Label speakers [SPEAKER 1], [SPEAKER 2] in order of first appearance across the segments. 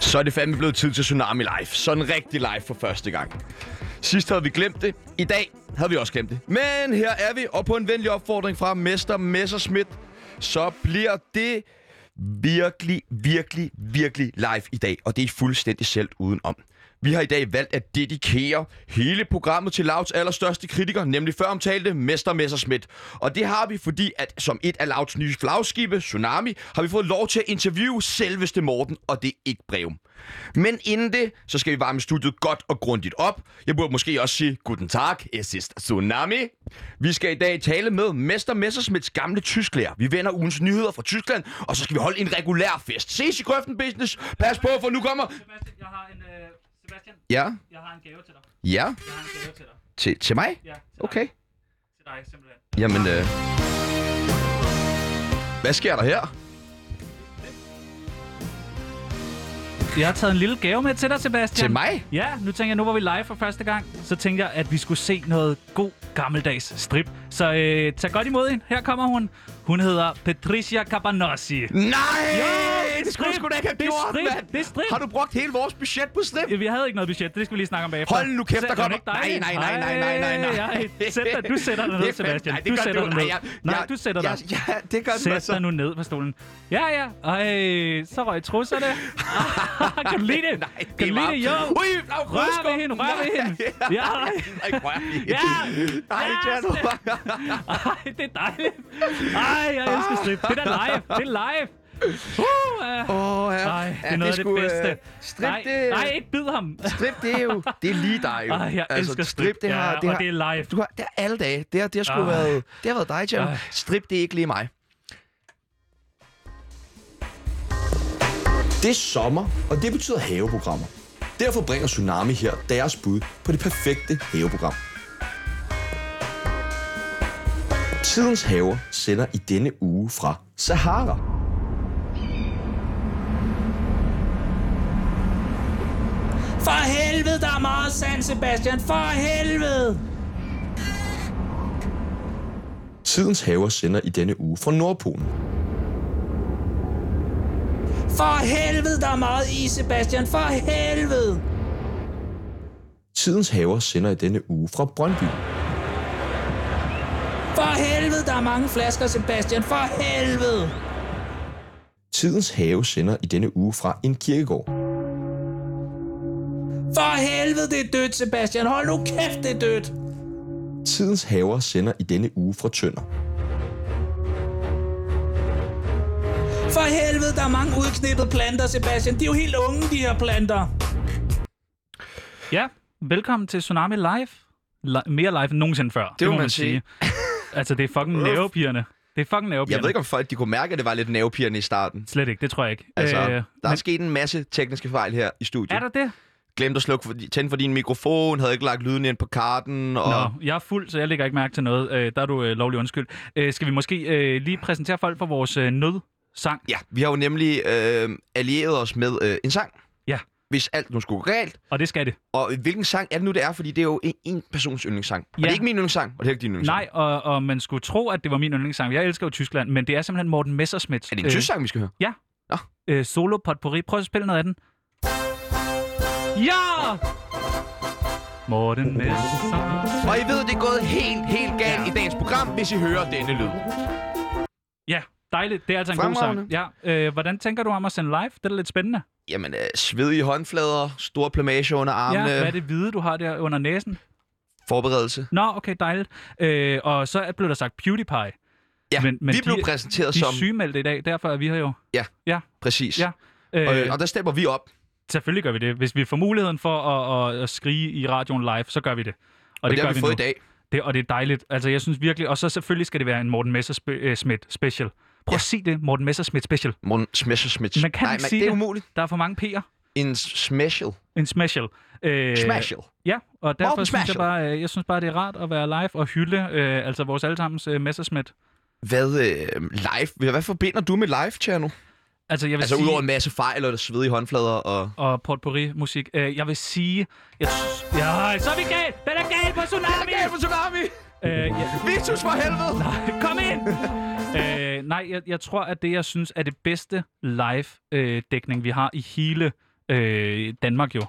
[SPEAKER 1] så er det fandme blevet tid til Tsunami Live. Sådan rigtig live for første gang. Sidst havde vi glemt det. I dag havde vi også glemt det. Men her er vi, og på en venlig opfordring fra Mester Messerschmidt, så bliver det virkelig, virkelig, virkelig live i dag. Og det er fuldstændig selv udenom. Vi har i dag valgt at dedikere hele programmet til Lauts allerstørste kritiker, nemlig føromtalte Mester Messerschmidt. Og det har vi, fordi at som et af Lauts nye flagskibe, Tsunami, har vi fået lov til at interviewe selveste Morten, og det er ikke brev. Men inden det, så skal vi varme studiet godt og grundigt op. Jeg burde måske også sige, guten tag, es ist Tsunami. Vi skal i dag tale med Mester Messerschmidts gamle tysklærer. Vi vender ugens nyheder fra Tyskland, og så skal vi holde en regulær fest. Ses i grøften, business. Pas på, for nu kommer...
[SPEAKER 2] Sebastian, jeg har en, øh, Sebastian,
[SPEAKER 1] Ja,
[SPEAKER 2] jeg har en gave til dig.
[SPEAKER 1] ja.
[SPEAKER 2] Jeg har en gave til dig.
[SPEAKER 1] Til, til mig?
[SPEAKER 2] Ja, til
[SPEAKER 1] Okay.
[SPEAKER 2] dig. Til dig, simpelthen.
[SPEAKER 1] Jamen, øh... Hvad sker der her?
[SPEAKER 2] Jeg har taget en lille gave med til dig, Sebastian.
[SPEAKER 1] Til mig?
[SPEAKER 2] Ja, nu tænker jeg, nu var vi live for første gang, så tænker jeg, at vi skulle se noget god gammeldags strip. Så øh, tag godt imod hende. Her kommer hun. Hun hedder Patricia Cabanossi.
[SPEAKER 1] Nej!
[SPEAKER 2] Ja,
[SPEAKER 1] det skulle du
[SPEAKER 2] strip.
[SPEAKER 1] sgu da ikke have
[SPEAKER 2] Det er
[SPEAKER 1] gjort,
[SPEAKER 2] strip.
[SPEAKER 1] mand!
[SPEAKER 2] Det er strip.
[SPEAKER 1] Har du brugt hele vores budget på strip?
[SPEAKER 2] Vi havde ikke noget budget, det skal vi lige snakke om bagefter.
[SPEAKER 1] Hold nu kæft, der
[SPEAKER 2] Sæt- Er hun
[SPEAKER 1] kommer...
[SPEAKER 2] ikke dejlig?
[SPEAKER 1] nej, nej, nej, nej, nej, nej, nej.
[SPEAKER 2] Ej, Sæt dig, du sætter dig
[SPEAKER 1] Det
[SPEAKER 2] ned,
[SPEAKER 1] er fandme-
[SPEAKER 2] Sebastian.
[SPEAKER 1] Nej, det
[SPEAKER 2] du
[SPEAKER 1] gør
[SPEAKER 2] sætter dig ned.
[SPEAKER 1] Ej, jeg-
[SPEAKER 2] nej,
[SPEAKER 1] jeg-
[SPEAKER 2] du sætter dig.
[SPEAKER 1] jeg- Ja, det gør du
[SPEAKER 2] Sæt
[SPEAKER 1] altså.
[SPEAKER 2] dig nu ned på stolen. Ja, ja. Ej, så røg trusserne. Ah, kan du lide det?
[SPEAKER 1] Nej, det
[SPEAKER 2] kan du lide
[SPEAKER 1] var-
[SPEAKER 2] det? Jo.
[SPEAKER 1] Ui, au,
[SPEAKER 2] Rør ved hende, rør ved hende. Ja.
[SPEAKER 1] Ej, rør ved hende.
[SPEAKER 2] Ja.
[SPEAKER 1] Ej,
[SPEAKER 2] Ja,
[SPEAKER 1] Tjerno.
[SPEAKER 2] Ej, det er dejligt. Ej, jeg elsker strip. Det er da live. Det er live. Uh, uh.
[SPEAKER 1] Åh, ja.
[SPEAKER 2] Ej, det
[SPEAKER 1] Ja,
[SPEAKER 2] er noget af det
[SPEAKER 1] sgu, øh,
[SPEAKER 2] bedste.
[SPEAKER 1] Strip,
[SPEAKER 2] nej,
[SPEAKER 1] det...
[SPEAKER 2] nej, ikke bid ham.
[SPEAKER 1] Strip, det er jo... Det er lige dig, jo. Altså,
[SPEAKER 2] Ej, jeg elsker strip.
[SPEAKER 1] det har,
[SPEAKER 2] Ja,
[SPEAKER 1] det
[SPEAKER 2] og
[SPEAKER 1] har,
[SPEAKER 2] det er live. Ah.
[SPEAKER 1] Du har, det er alle dage. Det har, det har sgu
[SPEAKER 2] Ej.
[SPEAKER 1] været... Det har været dig, Tjerno.
[SPEAKER 2] Ej.
[SPEAKER 1] Strip, det er ikke lige mig.
[SPEAKER 3] Det er sommer, og det betyder haveprogrammer. Derfor bringer Tsunami her deres bud på det perfekte haveprogram. Tidens haver sender i denne uge fra Sahara.
[SPEAKER 4] For helvede, der er meget sand, Sebastian. For helvede.
[SPEAKER 3] Tidens haver sender i denne uge fra Nordpolen.
[SPEAKER 4] For helvede, der er meget is, Sebastian. For helvede.
[SPEAKER 3] Tidens haver sender i denne uge fra Brøndby.
[SPEAKER 4] For helvede, der er mange flasker, Sebastian. For helvede.
[SPEAKER 3] Tidens have sender i denne uge fra en kirkegård.
[SPEAKER 4] For helvede, det er dødt, Sebastian. Hold nu kæft, det er dødt.
[SPEAKER 3] Tidens haver sender i denne uge fra Tønder.
[SPEAKER 4] For helvede, der er mange udknippede planter, Sebastian. De er jo helt unge, de her planter.
[SPEAKER 2] Ja, velkommen til Tsunami Live. Li- mere live end nogensinde før. Det,
[SPEAKER 1] må man sige.
[SPEAKER 2] altså, det er fucking nervepirrende. Det er fucking nervepirrende.
[SPEAKER 1] Jeg ved ikke, om folk de kunne mærke, at det var lidt nervepirrende i starten.
[SPEAKER 2] Slet ikke, det tror jeg ikke.
[SPEAKER 1] Altså,
[SPEAKER 2] Øh,
[SPEAKER 1] der er
[SPEAKER 2] men
[SPEAKER 1] sket en masse tekniske fejl her i studiet.
[SPEAKER 2] er der det?
[SPEAKER 1] Glemte at slukke for, tænde for din mikrofon, havde ikke lagt lyden ind på karten, og...
[SPEAKER 2] Nå, jeg er fuld, så jeg lægger ikke mærke til noget. Øh, der er du øh, lovlig undskyld. Øh, skal vi måske øh, lige præsentere folk for vores øh, nødsang?
[SPEAKER 1] Ja, vi har jo nemlig øh, allieret os med øh, en sang.
[SPEAKER 2] Ja.
[SPEAKER 1] Hvis alt nu skulle gå galt.
[SPEAKER 2] Og det skal det.
[SPEAKER 1] Og hvilken sang er det nu, det er? Fordi det er jo en, en persons yndlingssang. Og
[SPEAKER 2] Ja.
[SPEAKER 1] det er ikke min yndlingssang, og det er ikke din yndlingssang.
[SPEAKER 2] Nej, og, og man skulle tro, at det var min yndlingssang. Jeg elsker jo Tyskland, men det er simpelthen Morten Messerschmidt.
[SPEAKER 1] Er det en tysk sang, vi skal høre?
[SPEAKER 2] Øh, solo potpourri. Prøv at spille noget af den. Ja! Morten Messerschmidt.
[SPEAKER 1] Og I ved, det er gået helt, helt galt i dagens program, hvis I hører denne lyd.
[SPEAKER 2] Ja, dejligt. Det er altså en god sang.
[SPEAKER 1] Fremragende.
[SPEAKER 2] Ja, øh, hvordan tænker du om at sende live? Det er da lidt spændende.
[SPEAKER 1] Jamen, øh, svedige håndflader, stor plamage under
[SPEAKER 2] ja,
[SPEAKER 1] armene,
[SPEAKER 2] hvad er det hvide, du har der under næsen?
[SPEAKER 1] forberedelse.
[SPEAKER 2] Nå, okay, dejligt. Øh, og så er- blev der sagt PewDiePie.
[SPEAKER 1] Ja,
[SPEAKER 2] Men- men
[SPEAKER 1] vi blev
[SPEAKER 2] de-
[SPEAKER 1] præsenteret
[SPEAKER 2] De er
[SPEAKER 1] som...
[SPEAKER 2] sygemeldte i dag, derfor er vi her jo.
[SPEAKER 1] Præcis.
[SPEAKER 2] Ja.
[SPEAKER 1] Og,
[SPEAKER 2] Øh,
[SPEAKER 1] øh, og der stemmer vi op.
[SPEAKER 2] selvfølgelig gør vi det. Hvis vi får muligheden for at, at, at skrige i radioen live, så gør vi det. Og,
[SPEAKER 1] Og det, det
[SPEAKER 2] gør
[SPEAKER 1] har vi,
[SPEAKER 2] vi
[SPEAKER 1] fået
[SPEAKER 2] nu.
[SPEAKER 1] i dag.
[SPEAKER 2] Det, og det er dejligt. Altså, jeg synes virkelig... Og så selvfølgelig skal det være en Morten Messerschmidt special. Prøv at sige det, Morten Messerschmidt special.
[SPEAKER 1] Morten Smesserschmidt.
[SPEAKER 2] Man kan
[SPEAKER 1] Nej,
[SPEAKER 2] ikke
[SPEAKER 1] men
[SPEAKER 2] sige
[SPEAKER 1] det er
[SPEAKER 2] det.
[SPEAKER 1] umuligt.
[SPEAKER 2] Der er for mange P'er.
[SPEAKER 1] En special.
[SPEAKER 2] En special. Øh,
[SPEAKER 1] Smashel.
[SPEAKER 2] Ja, og derfor
[SPEAKER 1] Morten
[SPEAKER 2] synes jeg,
[SPEAKER 1] Special.
[SPEAKER 2] bare, øh, jeg synes bare, det er rart at være live og hylde øh, altså vores allesammens øh, Messerschmidt.
[SPEAKER 1] Hvad øh, live? Hvad forbinder du med live, Tjerno?
[SPEAKER 2] Altså, jeg vil
[SPEAKER 1] Altså
[SPEAKER 2] sige...
[SPEAKER 1] udover en masse fejl og svedige håndflader og...
[SPEAKER 2] og potpourri-musik. Øh, jeg vil sige... Jeg synes, ja, så er vi galt! Den er galt på Tsunami!
[SPEAKER 1] for tsunami!
[SPEAKER 2] Øh, ja.
[SPEAKER 1] Vitus for helvede!
[SPEAKER 2] Kom ind! øh, nej, jeg, jeg tror, at det, jeg synes er det bedste live-dækning, vi har i hele øh, Danmark jo,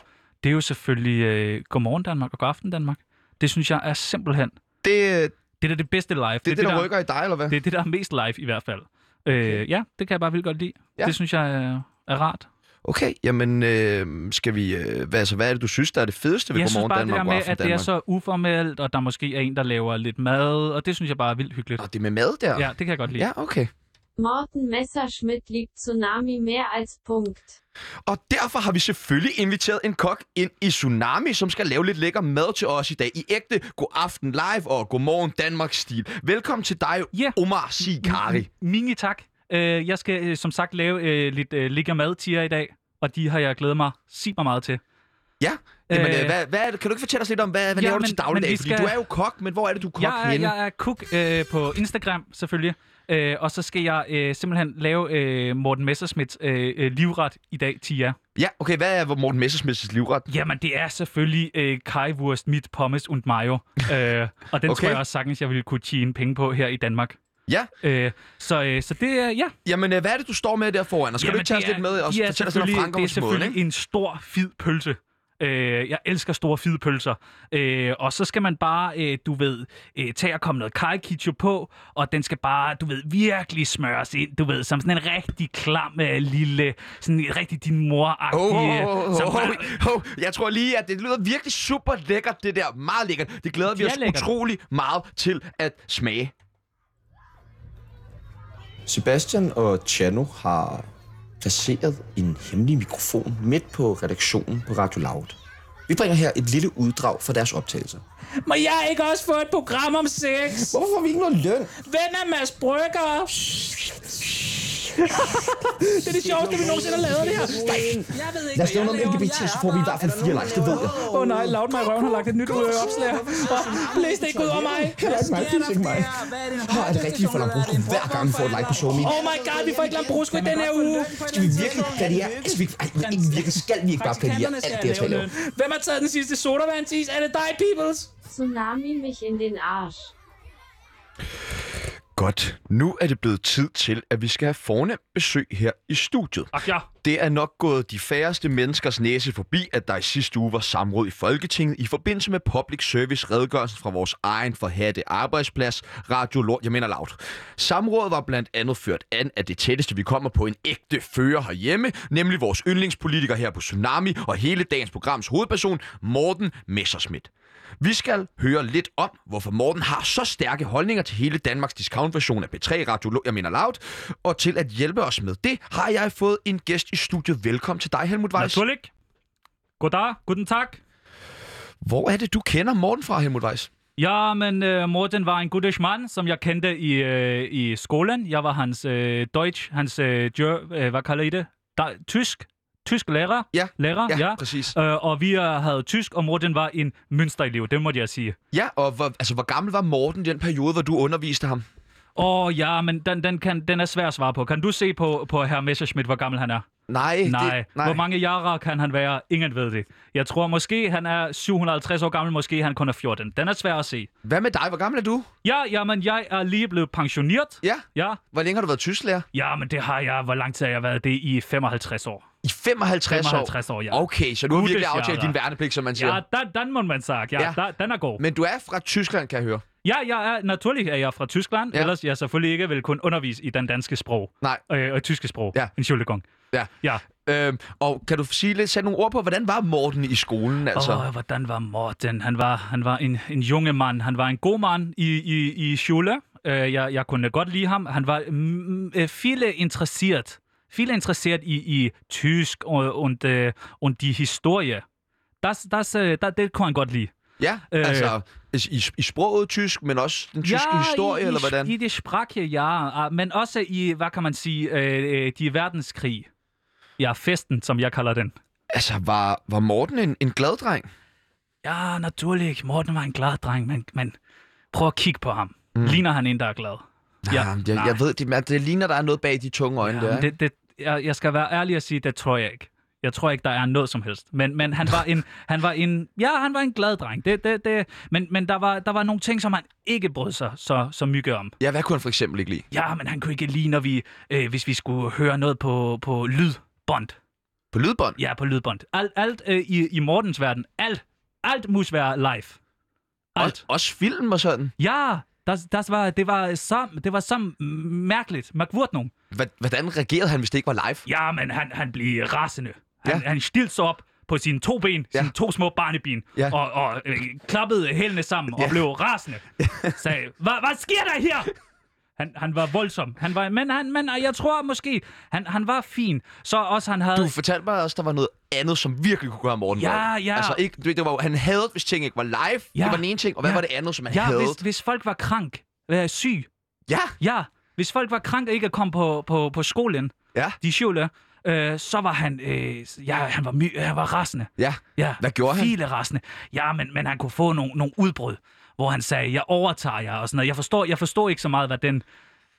[SPEAKER 2] det er jo selvfølgelig øh, Godmorgen Danmark og Godaften Danmark. Det synes jeg er simpelthen,
[SPEAKER 1] Det, det,
[SPEAKER 2] det er da det bedste live. Det er
[SPEAKER 1] det, det der, rykker i dig, eller hvad?
[SPEAKER 2] Det er det, der er mest live i hvert fald. Øh, ja, det kan jeg bare vildt godt lide.
[SPEAKER 1] Ja.
[SPEAKER 2] Ja. Det synes jeg er, er rart.
[SPEAKER 1] Okay, jamen øh, skal vi... Øh, hvad, altså, hvad er det, du synes, der er det fedeste ved
[SPEAKER 2] jeg synes
[SPEAKER 1] Godmorgen Danmark
[SPEAKER 2] bare, det
[SPEAKER 1] og
[SPEAKER 2] der med,
[SPEAKER 1] Godaften
[SPEAKER 2] at det er
[SPEAKER 1] Danmark?
[SPEAKER 2] så uformelt, og der måske er en, der laver lidt mad, og det synes jeg bare er vildt hyggeligt.
[SPEAKER 1] Nå, det med mad der?
[SPEAKER 2] Ja, det kan jeg godt lide.
[SPEAKER 1] ja okay.
[SPEAKER 5] Morten Messerschmidt liebt Tsunami mehr als Punkt.
[SPEAKER 1] Og derfor har vi selvfølgelig inviteret en kok ind i Tsunami, som skal lave lidt lækker mad til os i dag. I ægte god aften live og godmorgen Danmark stil. Velkommen til dig,
[SPEAKER 2] Ja.
[SPEAKER 1] Omar Sikari.
[SPEAKER 2] Mini tak. Øh, jeg skal øh, som sagt lave øh, lidt øh, lækker mad til jer i dag, og de har jeg glædet mig super meget til.
[SPEAKER 1] Ja, Jamen,
[SPEAKER 2] Øh.
[SPEAKER 1] øh, hvad, hvad, er det- kan du ikke fortælle os lidt om, hvad, hvad
[SPEAKER 2] Ja,
[SPEAKER 1] laver du
[SPEAKER 2] men-
[SPEAKER 1] til dagligdag?
[SPEAKER 2] men vi
[SPEAKER 1] Fordi
[SPEAKER 2] skal-
[SPEAKER 1] du er jo kok, men hvor er det, du er kok
[SPEAKER 2] jeg, er,
[SPEAKER 1] henne?
[SPEAKER 2] jeg er cook øh, på Instagram, selvfølgelig. Øh, og så skal jeg øh, simpelthen lave øh, Morten Messerschmidts øh, øh, livret i dag til jer.
[SPEAKER 1] Ja, okay, hvad er hvor Morten Messersmiths livret?
[SPEAKER 2] Jamen, det er selvfølgelig øh, kajwurst, mit pommes und mayo. øh, og den
[SPEAKER 1] Okay.
[SPEAKER 2] okay. tror jeg også sagtens, jeg ville kunne tjene penge på her i Danmark.
[SPEAKER 1] Ja,
[SPEAKER 2] Øh, så, øh, så det er, ja.
[SPEAKER 1] jamen øh, hvad er det, du står med der foran? Og skal
[SPEAKER 2] Jamen,
[SPEAKER 1] du ikke tage os
[SPEAKER 2] det er-
[SPEAKER 1] lidt med og
[SPEAKER 2] de er
[SPEAKER 1] fortælle os lidt om
[SPEAKER 2] selvfølgelig- Det er
[SPEAKER 1] fremgangsmåden,
[SPEAKER 2] selvfølgelig
[SPEAKER 1] ikke?
[SPEAKER 2] en stor, fed pølse. Øh, jeg elsker store, fede pølser. Øh, og så skal man bare, øh, du ved, øh, tage og komme noget kai ketchup på, og den skal bare, du ved, virkelig smøres ind, du ved, som sådan en rigtig klam øh, lille, sådan en rigtig din mor
[SPEAKER 1] Åh, oh, oh, oh, oh. jeg tror lige, at det lyder virkelig super lækkert, det der. Meget lækkert. Det glæder vi
[SPEAKER 2] Det
[SPEAKER 1] os
[SPEAKER 2] er lækkert.
[SPEAKER 1] utrolig meget til at smage.
[SPEAKER 3] Sebastian og Chano har placeret en hemmelig mikrofon midt på redaktionen på Radio Loud. Vi bringer her et lille uddrag fra deres optagelser.
[SPEAKER 4] Må jeg ikke også få et program om sex?
[SPEAKER 3] Hvorfor får vi ikke noget løn?
[SPEAKER 4] Hvem er Mads Brygger? det er det sjoveste, vi nogensinde har lavet det her. Nej, jeg ved ikke,
[SPEAKER 3] Lad os
[SPEAKER 4] hvad
[SPEAKER 3] lave noget
[SPEAKER 4] jeg
[SPEAKER 3] med
[SPEAKER 4] laver.
[SPEAKER 3] LGBT,
[SPEAKER 4] Jeg
[SPEAKER 3] så
[SPEAKER 4] er
[SPEAKER 3] får vi i
[SPEAKER 4] bare-
[SPEAKER 3] hvert fald fire likes, det ved jeg.
[SPEAKER 4] Åh oh, nej, Loud My Røven har lagt et nyt øh, opslag. Og Læs det ikke ud over mig.
[SPEAKER 3] Det er ikke mig, det er ikke mig. Hvor er det rigtigt for Lambrusco hver gang vi får et like på SoMe?
[SPEAKER 4] Oh my god, vi får ikke Lambrusco i den her uge.
[SPEAKER 3] Skal vi virkelig plagiere? Skal vi, ej, men ikke virkelig, skal vi ikke bare plagiere alt det, jeg taler om?
[SPEAKER 4] Hvem har taget den sidste sodavandsis? Er det dig, peoples?
[SPEAKER 5] Tsunami mich in den Arsch.
[SPEAKER 1] Godt. Nu er det blevet tid til, at vi skal have fornemt besøg her i studiet.
[SPEAKER 2] Ach ja,
[SPEAKER 1] Det er nok gået de færreste menneskers næse forbi, at der i sidste uge var samråd i Folketinget i forbindelse med public service redegørelsen fra vores egen forhatte arbejdsplads, Radio Lort, jeg mener laut. Samrådet var blandt andet ført an af det tætteste, vi kommer på en ægte fører herhjemme, nemlig vores yndlingspolitiker her på Tsunami og hele dagens programs hovedperson, Morten Messerschmidt. Vi skal høre lidt om, hvorfor Morten har så stærke holdninger til hele Danmarks discount-version af B3 Radio, Lo- jeg mener loud. Og til at hjælpe os med det, har jeg fået en gæst i studiet. Velkommen til dig, Helmut Weiss.
[SPEAKER 2] naturligt. Goddag, guten tag.
[SPEAKER 1] Hvor er det, du kender Morten fra, Helmut Weiss?
[SPEAKER 2] Ja, men øh, Morten var en gudish mand, som jeg kendte i, øh, i skolen. Jeg var hans øh, Deutsch, hans øh, djør, øh, hvad kalder I det? Da, tysk, tysk lærer.
[SPEAKER 1] Ja,
[SPEAKER 2] lærer, ja.
[SPEAKER 1] præcis.
[SPEAKER 2] Øh, og vi øh, havde tysk, og Morten var en mønsterelev, det måtte jeg sige.
[SPEAKER 1] Ja, og hvor, altså, hvor gammel var Morten i den periode, hvor du underviste ham?
[SPEAKER 2] Åh ja, men den, den, kan, den er svær at svare på. Kan du se på, på herr Messerschmidt, hvor gammel han er?
[SPEAKER 1] Nej,
[SPEAKER 2] Nej.
[SPEAKER 1] Øh, Det,
[SPEAKER 2] nej. Hvor mange jarer kan han være? Ingen ved det. Jeg tror måske, han er 750 år gammel, måske han kun er 14. Den er svær at se.
[SPEAKER 1] Hvad med dig? Hvor gammel er du?
[SPEAKER 2] Ja, jamen, jeg er lige blevet pensioneret.
[SPEAKER 1] Ja.
[SPEAKER 2] Ja,
[SPEAKER 1] Hvor længe har du været tysklærer?
[SPEAKER 2] Ja, men det har jeg. Hvor lang tid har jeg været det i 55 år?
[SPEAKER 1] I 55,
[SPEAKER 2] 55 år, ja.
[SPEAKER 1] Okay, så du har
[SPEAKER 2] Gutes
[SPEAKER 1] virkelig aftalt
[SPEAKER 2] jager.
[SPEAKER 1] din værnepligt, som man siger.
[SPEAKER 2] Ja, den, den må man sige. Ja,
[SPEAKER 1] Ja.
[SPEAKER 2] ja. den er god. Men...
[SPEAKER 1] Men du er fra Tyskland, kan jeg høre.
[SPEAKER 2] Ja, jeg er, naturlig er jeg fra Tyskland.
[SPEAKER 1] Ja.
[SPEAKER 2] Ja. Ellers jeg selvfølgelig ikke vil kunne undervise i den danske sprog.
[SPEAKER 1] Nej.
[SPEAKER 2] Øh, og tyske sprog.
[SPEAKER 1] Ja.
[SPEAKER 2] Entschuldigung.
[SPEAKER 1] Ja.
[SPEAKER 2] Ja.
[SPEAKER 1] Øhm, og kan du sige lidt, sætte nogle ord på, hvordan var Morten i skolen? Altså?
[SPEAKER 2] Altså. Åh, hvordan var Morten? Han var, han var en, en junge mand. Han var en god mand i, i, i skole. Øh, jeg, jeg kunne godt lide ham. Han var mm, øh, viele interesseret. Viele interesseret i, i tysk og, und, øh, und die historie. Das, das, øh, da, det kunne han godt lide.
[SPEAKER 1] Ja, øh,
[SPEAKER 2] Øh.
[SPEAKER 1] altså i, i sproget tysk, men også den tyske historie,
[SPEAKER 2] i,
[SPEAKER 1] eller hvordan?
[SPEAKER 2] I det sprache, ja. Ah, Men også i, hvad kan man sige, øh, øh, de verdenskrig. Ja, festen, som jeg kalder den.
[SPEAKER 1] Altså, var, var Morten en, en glad dreng?
[SPEAKER 2] Ja, naturlig. Morten var en glad dreng, men, men prøv at kigge på ham. Mm. Ligner han en, der er glad?
[SPEAKER 1] Ah, jeg, jeg ved, det, men det ligner, der er noget bag de tunge øjne der.
[SPEAKER 2] Jamen,
[SPEAKER 1] Det...
[SPEAKER 2] det, det, jeg, jeg skal være ærlig og sige, det tror jeg ikke. Jeg tror ikke, der er noget som helst. Men, men han, var en, han var en... Ja, han var en glad dreng. Det, det, det, men men der, var, der var nogle ting, som han ikke brød sig så, så mygge om.
[SPEAKER 1] Ja, hvad kunne han for eksempel ikke lide?
[SPEAKER 2] Ja, men han kunne ikke lide, når vi, øh, hvis vi skulle høre noget på, på lydbånd.
[SPEAKER 1] På lydbånd?
[SPEAKER 2] Ja, på lydbånd. Alt, alt øh, i, i Mortens verden. Alt. Alt muss være live. Alt.
[SPEAKER 1] Alt. Også film og sådan.
[SPEAKER 2] Ja, das, das war, det var så, det var så mærkeligt. Magvurtnung.
[SPEAKER 1] Hva- Hvordan reagerede han, hvis det ikke var live?
[SPEAKER 2] Ja, men han, han blev rasende. Han,
[SPEAKER 1] Ja.
[SPEAKER 2] ja. han stilte sig op på sine to ben, ja.
[SPEAKER 1] Ja.
[SPEAKER 2] sine to små barneben,
[SPEAKER 1] Ja.
[SPEAKER 2] ja. og, og øh, klappede hælene sammen og
[SPEAKER 1] Ja.
[SPEAKER 2] blev rasende. Sagde, "Hva- hvad sker der her? Han, han var voldsom. Han var, men, han, men jeg tror måske, han, han var fin. Så også han havde...
[SPEAKER 1] Du fortalte mig også, der var noget andet, som virkelig kunne gøre Morten
[SPEAKER 2] Ja,
[SPEAKER 1] vold.
[SPEAKER 2] ja.
[SPEAKER 1] Altså, ikke, du ved, det var, jo- han havde, hvis ting ikke var live.
[SPEAKER 2] Ja.
[SPEAKER 1] Det var den ene ting. Og hvad
[SPEAKER 2] Ja.
[SPEAKER 1] var det andet, som han
[SPEAKER 2] ja,
[SPEAKER 1] havde?
[SPEAKER 2] hvis, hvis folk var krank, øh, syg,
[SPEAKER 1] Ja,
[SPEAKER 2] ja, hvis folk var krank og ikke kom på, på, på skolen,
[SPEAKER 1] ja,
[SPEAKER 2] de sjule, øh, så var han, øh, ja, han var, my, han var rasende.
[SPEAKER 1] ja.
[SPEAKER 2] Ja,
[SPEAKER 1] Hvad gjorde han?
[SPEAKER 2] Filerasende. Ja, men, men han kunne få nogle, nogle udbrud, hvor han sagde, jeg overtager jer og sådan noget. Jeg forstår, jeg forstår ikke så meget, hvad den,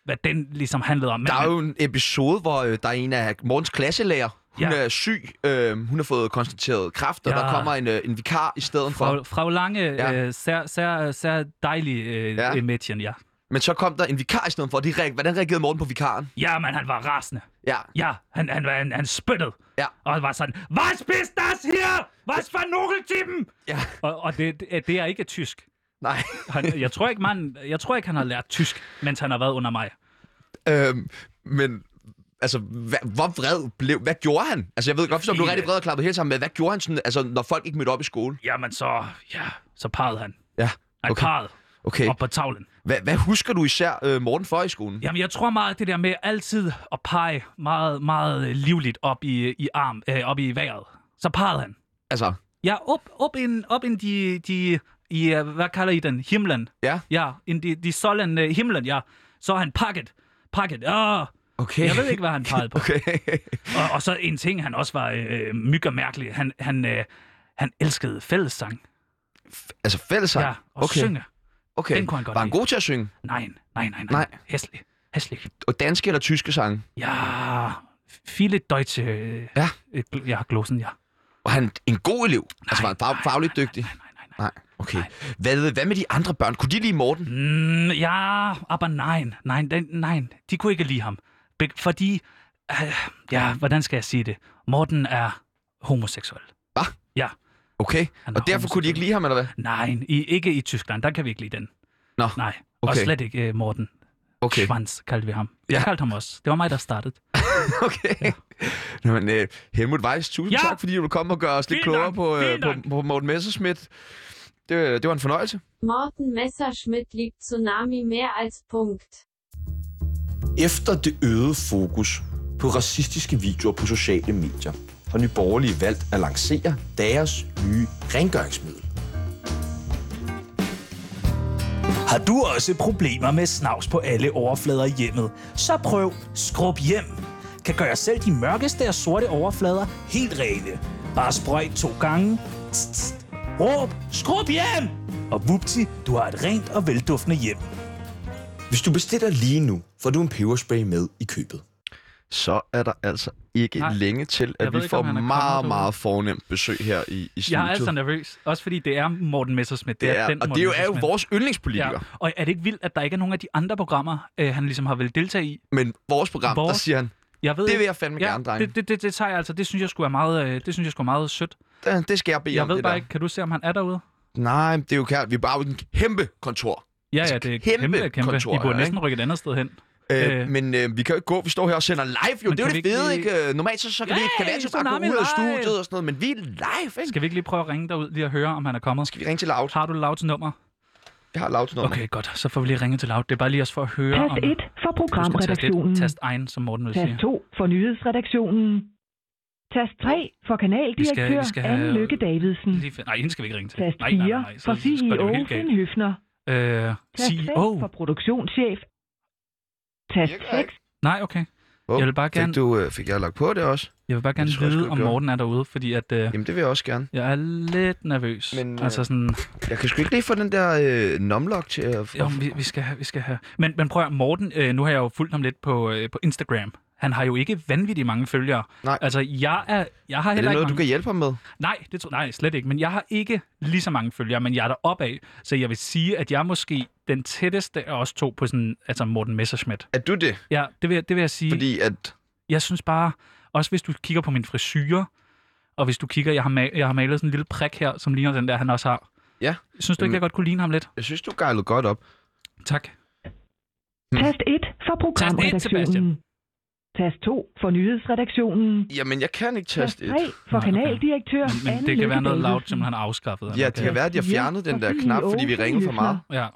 [SPEAKER 2] hvad den ligesom handlede om. Men,
[SPEAKER 1] Der er jo en episode, hvor øh, der er en af Morgens klasselærer. Hun
[SPEAKER 2] Ja.
[SPEAKER 1] er syg. Øh, hun har fået konstateret kræft, og
[SPEAKER 2] Ja.
[SPEAKER 1] der kommer en, øh, en vikar i stedet for.
[SPEAKER 2] fra, fra Lange,
[SPEAKER 1] Ja.
[SPEAKER 2] ja. øh, sær, sær, sær dejlig øh,
[SPEAKER 1] Ja.
[SPEAKER 2] ja. Mädchen, ja.
[SPEAKER 1] Men så kom der en vikar i stedet for. og De reag- Hvordan reagerede Morten på vikaren?
[SPEAKER 2] Ja, men han var rasende.
[SPEAKER 1] Ja,
[SPEAKER 2] Ja, han, han, han, han spyttede.
[SPEAKER 1] Ja.
[SPEAKER 2] Og han var sådan, hvad spist das her? Hvad for Nudeltippen?
[SPEAKER 1] ja.
[SPEAKER 2] Og, og det, det, det er ikke tysk.
[SPEAKER 1] Nej.
[SPEAKER 2] Han, jeg, tror ikke, man, jeg tror ikke, han har lært tysk, mens han har været under mig.
[SPEAKER 1] Øhm, men altså, hvad, hvor vred blev... Hvad gjorde han? Altså, jeg ved godt, som du er
[SPEAKER 2] Fint.
[SPEAKER 1] rigtig vred og klappet hele sammen med. Hvad gjorde han, sådan, altså, når folk ikke mødte op i skole?
[SPEAKER 2] Jamen så, ja, så pegede han.
[SPEAKER 1] Ja, okay.
[SPEAKER 2] Han okay. pegede
[SPEAKER 1] okay.
[SPEAKER 2] op på tavlen.
[SPEAKER 1] Hvad, hvad husker du især øh, Morten for i skolen?
[SPEAKER 2] Jamen, jeg tror meget, det der med altid at pege meget, meget øh, livligt op i, i arm, øh, op i vejret. Så pegede han.
[SPEAKER 1] Altså,
[SPEAKER 2] Ja, op, op ind, op ind de, de, i, øh, hvad kalder I den? Himlen.
[SPEAKER 1] ja,
[SPEAKER 2] Ja, ind de, de solen, øh, himlen, ja. Så han pakket, pakket, ah.
[SPEAKER 1] okay.
[SPEAKER 2] Jeg ved ikke, hvad han pegede på.
[SPEAKER 1] Okay.
[SPEAKER 2] Og, og så en ting, han også var øh, mygge mærkelig. Han, han, øh, han elskede fællessang.
[SPEAKER 1] altså, fællesang?
[SPEAKER 2] Ja, og okay. synge.
[SPEAKER 1] Okay.
[SPEAKER 2] Den kunne han godt
[SPEAKER 1] Var han
[SPEAKER 2] lide.
[SPEAKER 1] god til at synge?
[SPEAKER 2] Nej, nej, nej, nej.
[SPEAKER 1] Nej.
[SPEAKER 2] Hæslig. Hæslig.
[SPEAKER 1] Og danske eller tyske sange?
[SPEAKER 2] Ja, viele deutsche øh,
[SPEAKER 1] Ja.
[SPEAKER 2] øh, gl- ja, glosen, ja.
[SPEAKER 1] Var han en god elev? Nej, altså, var han fag-
[SPEAKER 2] nej,
[SPEAKER 1] fagligt dygtig?
[SPEAKER 2] Nej, nej, nej. nej.
[SPEAKER 1] Nej. Okay. Hvad, hvad med de andre børn? Kunne de lide Morten?
[SPEAKER 2] Mm, ja, aber nein, nein, den, nein. De kunne ikke lide ham. Be- fordi, øh, ja, hvordan skal jeg sige det? Morten er homoseksuel.
[SPEAKER 1] Hvad?
[SPEAKER 2] Ja.
[SPEAKER 1] Okay.
[SPEAKER 2] Han er
[SPEAKER 1] Og derfor kunne de ikke lide ham, eller hvad?
[SPEAKER 2] Nej, i, ikke i Tyskland. Der kan vi ikke lide den.
[SPEAKER 1] Nå,
[SPEAKER 2] Nej, og
[SPEAKER 1] Okay.
[SPEAKER 2] slet ikke øh, Morten.
[SPEAKER 1] okay.
[SPEAKER 2] Schwanz kaldte vi ham.
[SPEAKER 1] Ja.
[SPEAKER 2] Ja. Jeg kaldte ham også. Det var mig, der startede.
[SPEAKER 1] Okay. Ja. Jamen, øh, Helmut Weiss, tusind ja.
[SPEAKER 2] Ja.
[SPEAKER 1] tak, fordi du vil komme og gøre os lidt
[SPEAKER 2] Vielen
[SPEAKER 1] klogere
[SPEAKER 2] Dank.
[SPEAKER 1] på, øh,
[SPEAKER 2] Vielen
[SPEAKER 1] på,
[SPEAKER 2] Dank.
[SPEAKER 1] på Morten Messerschmidt. Det, det var en fornøjelse.
[SPEAKER 5] Morten Messerschmidt liegt Tsunami mehr als Punkt.
[SPEAKER 3] Efter det øgede fokus på racistiske videoer på sociale medier har Nye Borgerlige valgt at lancere deres nye rengøringsmiddel.
[SPEAKER 4] Har du også problemer med snavs på alle overflader i hjemmet? Så prøv Skrub Hjem. Kan gøre selv de mørkeste og sorte overflader helt rene. Bare sprøjt to gange. Tst, tst. Råb Skrub Hjem! Og vupti, du har et rent og velduftende hjem.
[SPEAKER 3] Hvis du bestiller lige nu, får du en peberspray med i købet.
[SPEAKER 1] Så er der altså ikke
[SPEAKER 2] Nej.
[SPEAKER 1] længe til,
[SPEAKER 2] Jeg
[SPEAKER 1] at
[SPEAKER 2] ved
[SPEAKER 1] vi
[SPEAKER 2] ikke,
[SPEAKER 1] får
[SPEAKER 2] om han er
[SPEAKER 1] meget,
[SPEAKER 2] kommet
[SPEAKER 1] meget fornemt besøg her i, i studiet.
[SPEAKER 2] Jeg er altså nervøs. Også fordi det er Morten Messerschmidt.
[SPEAKER 1] det er,
[SPEAKER 2] den
[SPEAKER 1] og det
[SPEAKER 2] Morten
[SPEAKER 1] er jo, er jo
[SPEAKER 2] Messerschmidt.
[SPEAKER 1] vores yndlingspolitiker.
[SPEAKER 2] Ja. Og er det ikke vildt, at der ikke er nogen af de andre programmer, øh, han ligesom har vel deltage i?
[SPEAKER 1] Men vores program, vores... der
[SPEAKER 2] Vores-
[SPEAKER 1] siger han,
[SPEAKER 2] Jeg ved
[SPEAKER 1] det
[SPEAKER 2] ikke-
[SPEAKER 1] vil jeg fandme
[SPEAKER 2] ja,
[SPEAKER 1] gerne, drenge.
[SPEAKER 2] det, det, det, det, tager jeg altså. Det synes jeg skulle være meget, øh, det synes jeg skulle være meget sødt.
[SPEAKER 1] det, det skal jeg bede
[SPEAKER 2] Jeg
[SPEAKER 1] om,
[SPEAKER 2] ved
[SPEAKER 1] det
[SPEAKER 2] bare
[SPEAKER 1] der.
[SPEAKER 2] ikke, kan du se, om han er derude?
[SPEAKER 1] Nej, det er jo kært. Vi er bare ude i en kæmpe kontor.
[SPEAKER 2] Ja,
[SPEAKER 1] Altså,
[SPEAKER 2] ja, det er
[SPEAKER 1] kæmpe
[SPEAKER 2] kæmpe, kæmpe. kæmpe.
[SPEAKER 1] kontor,
[SPEAKER 2] I burde
[SPEAKER 1] ja,
[SPEAKER 2] næsten rykke et andet sted hen.
[SPEAKER 1] Øh,
[SPEAKER 2] Øh.
[SPEAKER 1] Men øh, vi kan jo ikke gå. Vi står her og sender live, jo.
[SPEAKER 2] Men
[SPEAKER 1] det er jo
[SPEAKER 2] kan
[SPEAKER 1] det
[SPEAKER 2] vi ikke
[SPEAKER 1] fede,
[SPEAKER 2] lige-
[SPEAKER 1] ikke? Øh, Normalt så, så kan vi
[SPEAKER 2] Ja,
[SPEAKER 1] ikke, kan vi altid bare gå
[SPEAKER 2] Tsunami
[SPEAKER 1] ud af
[SPEAKER 2] live!
[SPEAKER 1] studiet og sådan noget, men vi er live, ikke?
[SPEAKER 2] Skal vi ikke lige prøve at ringe derud lige og høre, om han er kommet?
[SPEAKER 1] Vi ringer til Loud.
[SPEAKER 2] Har du Lauts nummer?
[SPEAKER 1] Jeg har Lauds nummer.
[SPEAKER 2] Okay, godt. Så får vi lige ringe til Laut. Det er bare lige også for at høre,
[SPEAKER 6] Tast
[SPEAKER 2] om...
[SPEAKER 6] 1 for
[SPEAKER 2] Du skal taste
[SPEAKER 6] programredaktionen.
[SPEAKER 2] et. Tast egen, som Morten vil sige.
[SPEAKER 6] Tast 2 for nyhedsredaktionen. Tast 3 for
[SPEAKER 2] Vi
[SPEAKER 6] kanaldirektør
[SPEAKER 2] skal- vi skal have-
[SPEAKER 6] Anne Lykke Davidsen.
[SPEAKER 2] Lige fi- Nej, hende skal vi ikke ringe til.
[SPEAKER 6] Tast 4
[SPEAKER 2] nej, nej, nej, nej. Så,
[SPEAKER 6] for
[SPEAKER 2] så går det jo
[SPEAKER 6] CEO
[SPEAKER 2] helt
[SPEAKER 6] Finn
[SPEAKER 2] galt.
[SPEAKER 6] Høfner.
[SPEAKER 2] Øh,
[SPEAKER 6] Tast 5
[SPEAKER 2] CEO?
[SPEAKER 6] for produktionschef. Tast
[SPEAKER 1] Virker
[SPEAKER 6] 6
[SPEAKER 2] Nej, okay.
[SPEAKER 1] Åh,
[SPEAKER 2] Jeg vil bare gerne-
[SPEAKER 1] Fik, du, øh, fik jeg lagt på det også?
[SPEAKER 2] Jeg vil bare gerne
[SPEAKER 1] Det tror jeg sgu,
[SPEAKER 2] vide,
[SPEAKER 1] jeg
[SPEAKER 2] om
[SPEAKER 1] gjorde.
[SPEAKER 2] Morten er derude, fordi at... Øh,
[SPEAKER 1] Jamen, det vil jeg også gerne.
[SPEAKER 2] jeg er lidt nervøs.
[SPEAKER 1] Men, øh,
[SPEAKER 2] altså sådan...
[SPEAKER 1] Jeg kan sgu ikke lige få den der øh, numlock til at...
[SPEAKER 2] Jo, men vi, vi skal have, vi skal have. Men, men prøv at høre, Morten, øh, nu har jeg jo fulgt ham lidt på, øh, på Instagram. Han har jo ikke vanvittigt mange følgere.
[SPEAKER 1] Nej.
[SPEAKER 2] Altså, jeg, er, jeg har
[SPEAKER 1] er
[SPEAKER 2] heller
[SPEAKER 1] det
[SPEAKER 2] ikke
[SPEAKER 1] noget,
[SPEAKER 2] mange...
[SPEAKER 1] du kan hjælpe ham med?
[SPEAKER 2] Nej, det tror, nej, slet ikke. Men jeg har ikke lige så mange følgere, men jeg er deroppe af. Så jeg vil sige, at jeg er måske den tætteste af os to på sådan, altså Morten Messerschmidt.
[SPEAKER 1] Er du det?
[SPEAKER 2] Ja, det vil, jeg- det vil jeg sige.
[SPEAKER 1] Fordi at...
[SPEAKER 2] Jeg synes bare, Også hvis du kigger på min frisyrer, og hvis du kigger, jeg har, ma- jeg har malet sådan en lille prik her, som ligner den der, han også har.
[SPEAKER 1] Ja.
[SPEAKER 2] Synes du ikke,
[SPEAKER 1] Jamen-
[SPEAKER 2] jeg godt kunne ligne ham lidt?
[SPEAKER 1] Jeg synes, du gejlede godt op.
[SPEAKER 2] Tak.
[SPEAKER 1] Hmm.
[SPEAKER 6] Tast 1 for
[SPEAKER 2] Sebastian.
[SPEAKER 6] programredaktionen. Tast 2 for nyhedsredaktionen.
[SPEAKER 1] Jamen, jeg kan ikke
[SPEAKER 6] Tast
[SPEAKER 1] taste
[SPEAKER 6] 3
[SPEAKER 1] et.
[SPEAKER 6] for
[SPEAKER 2] Nå, okay.
[SPEAKER 6] kanaldirektør
[SPEAKER 2] Men, men
[SPEAKER 6] Anne
[SPEAKER 2] det kan være
[SPEAKER 6] Lykke
[SPEAKER 2] noget loud,
[SPEAKER 6] Davidsen.
[SPEAKER 2] som han har afskaffet. eller
[SPEAKER 1] Ja,
[SPEAKER 2] hvad
[SPEAKER 1] det kan være, at de har
[SPEAKER 6] Ja, E
[SPEAKER 1] fjernet den der
[SPEAKER 6] fordi
[SPEAKER 1] knap,
[SPEAKER 6] Åge
[SPEAKER 1] fordi vi ringede for meget.
[SPEAKER 6] Lykke.
[SPEAKER 2] Ja.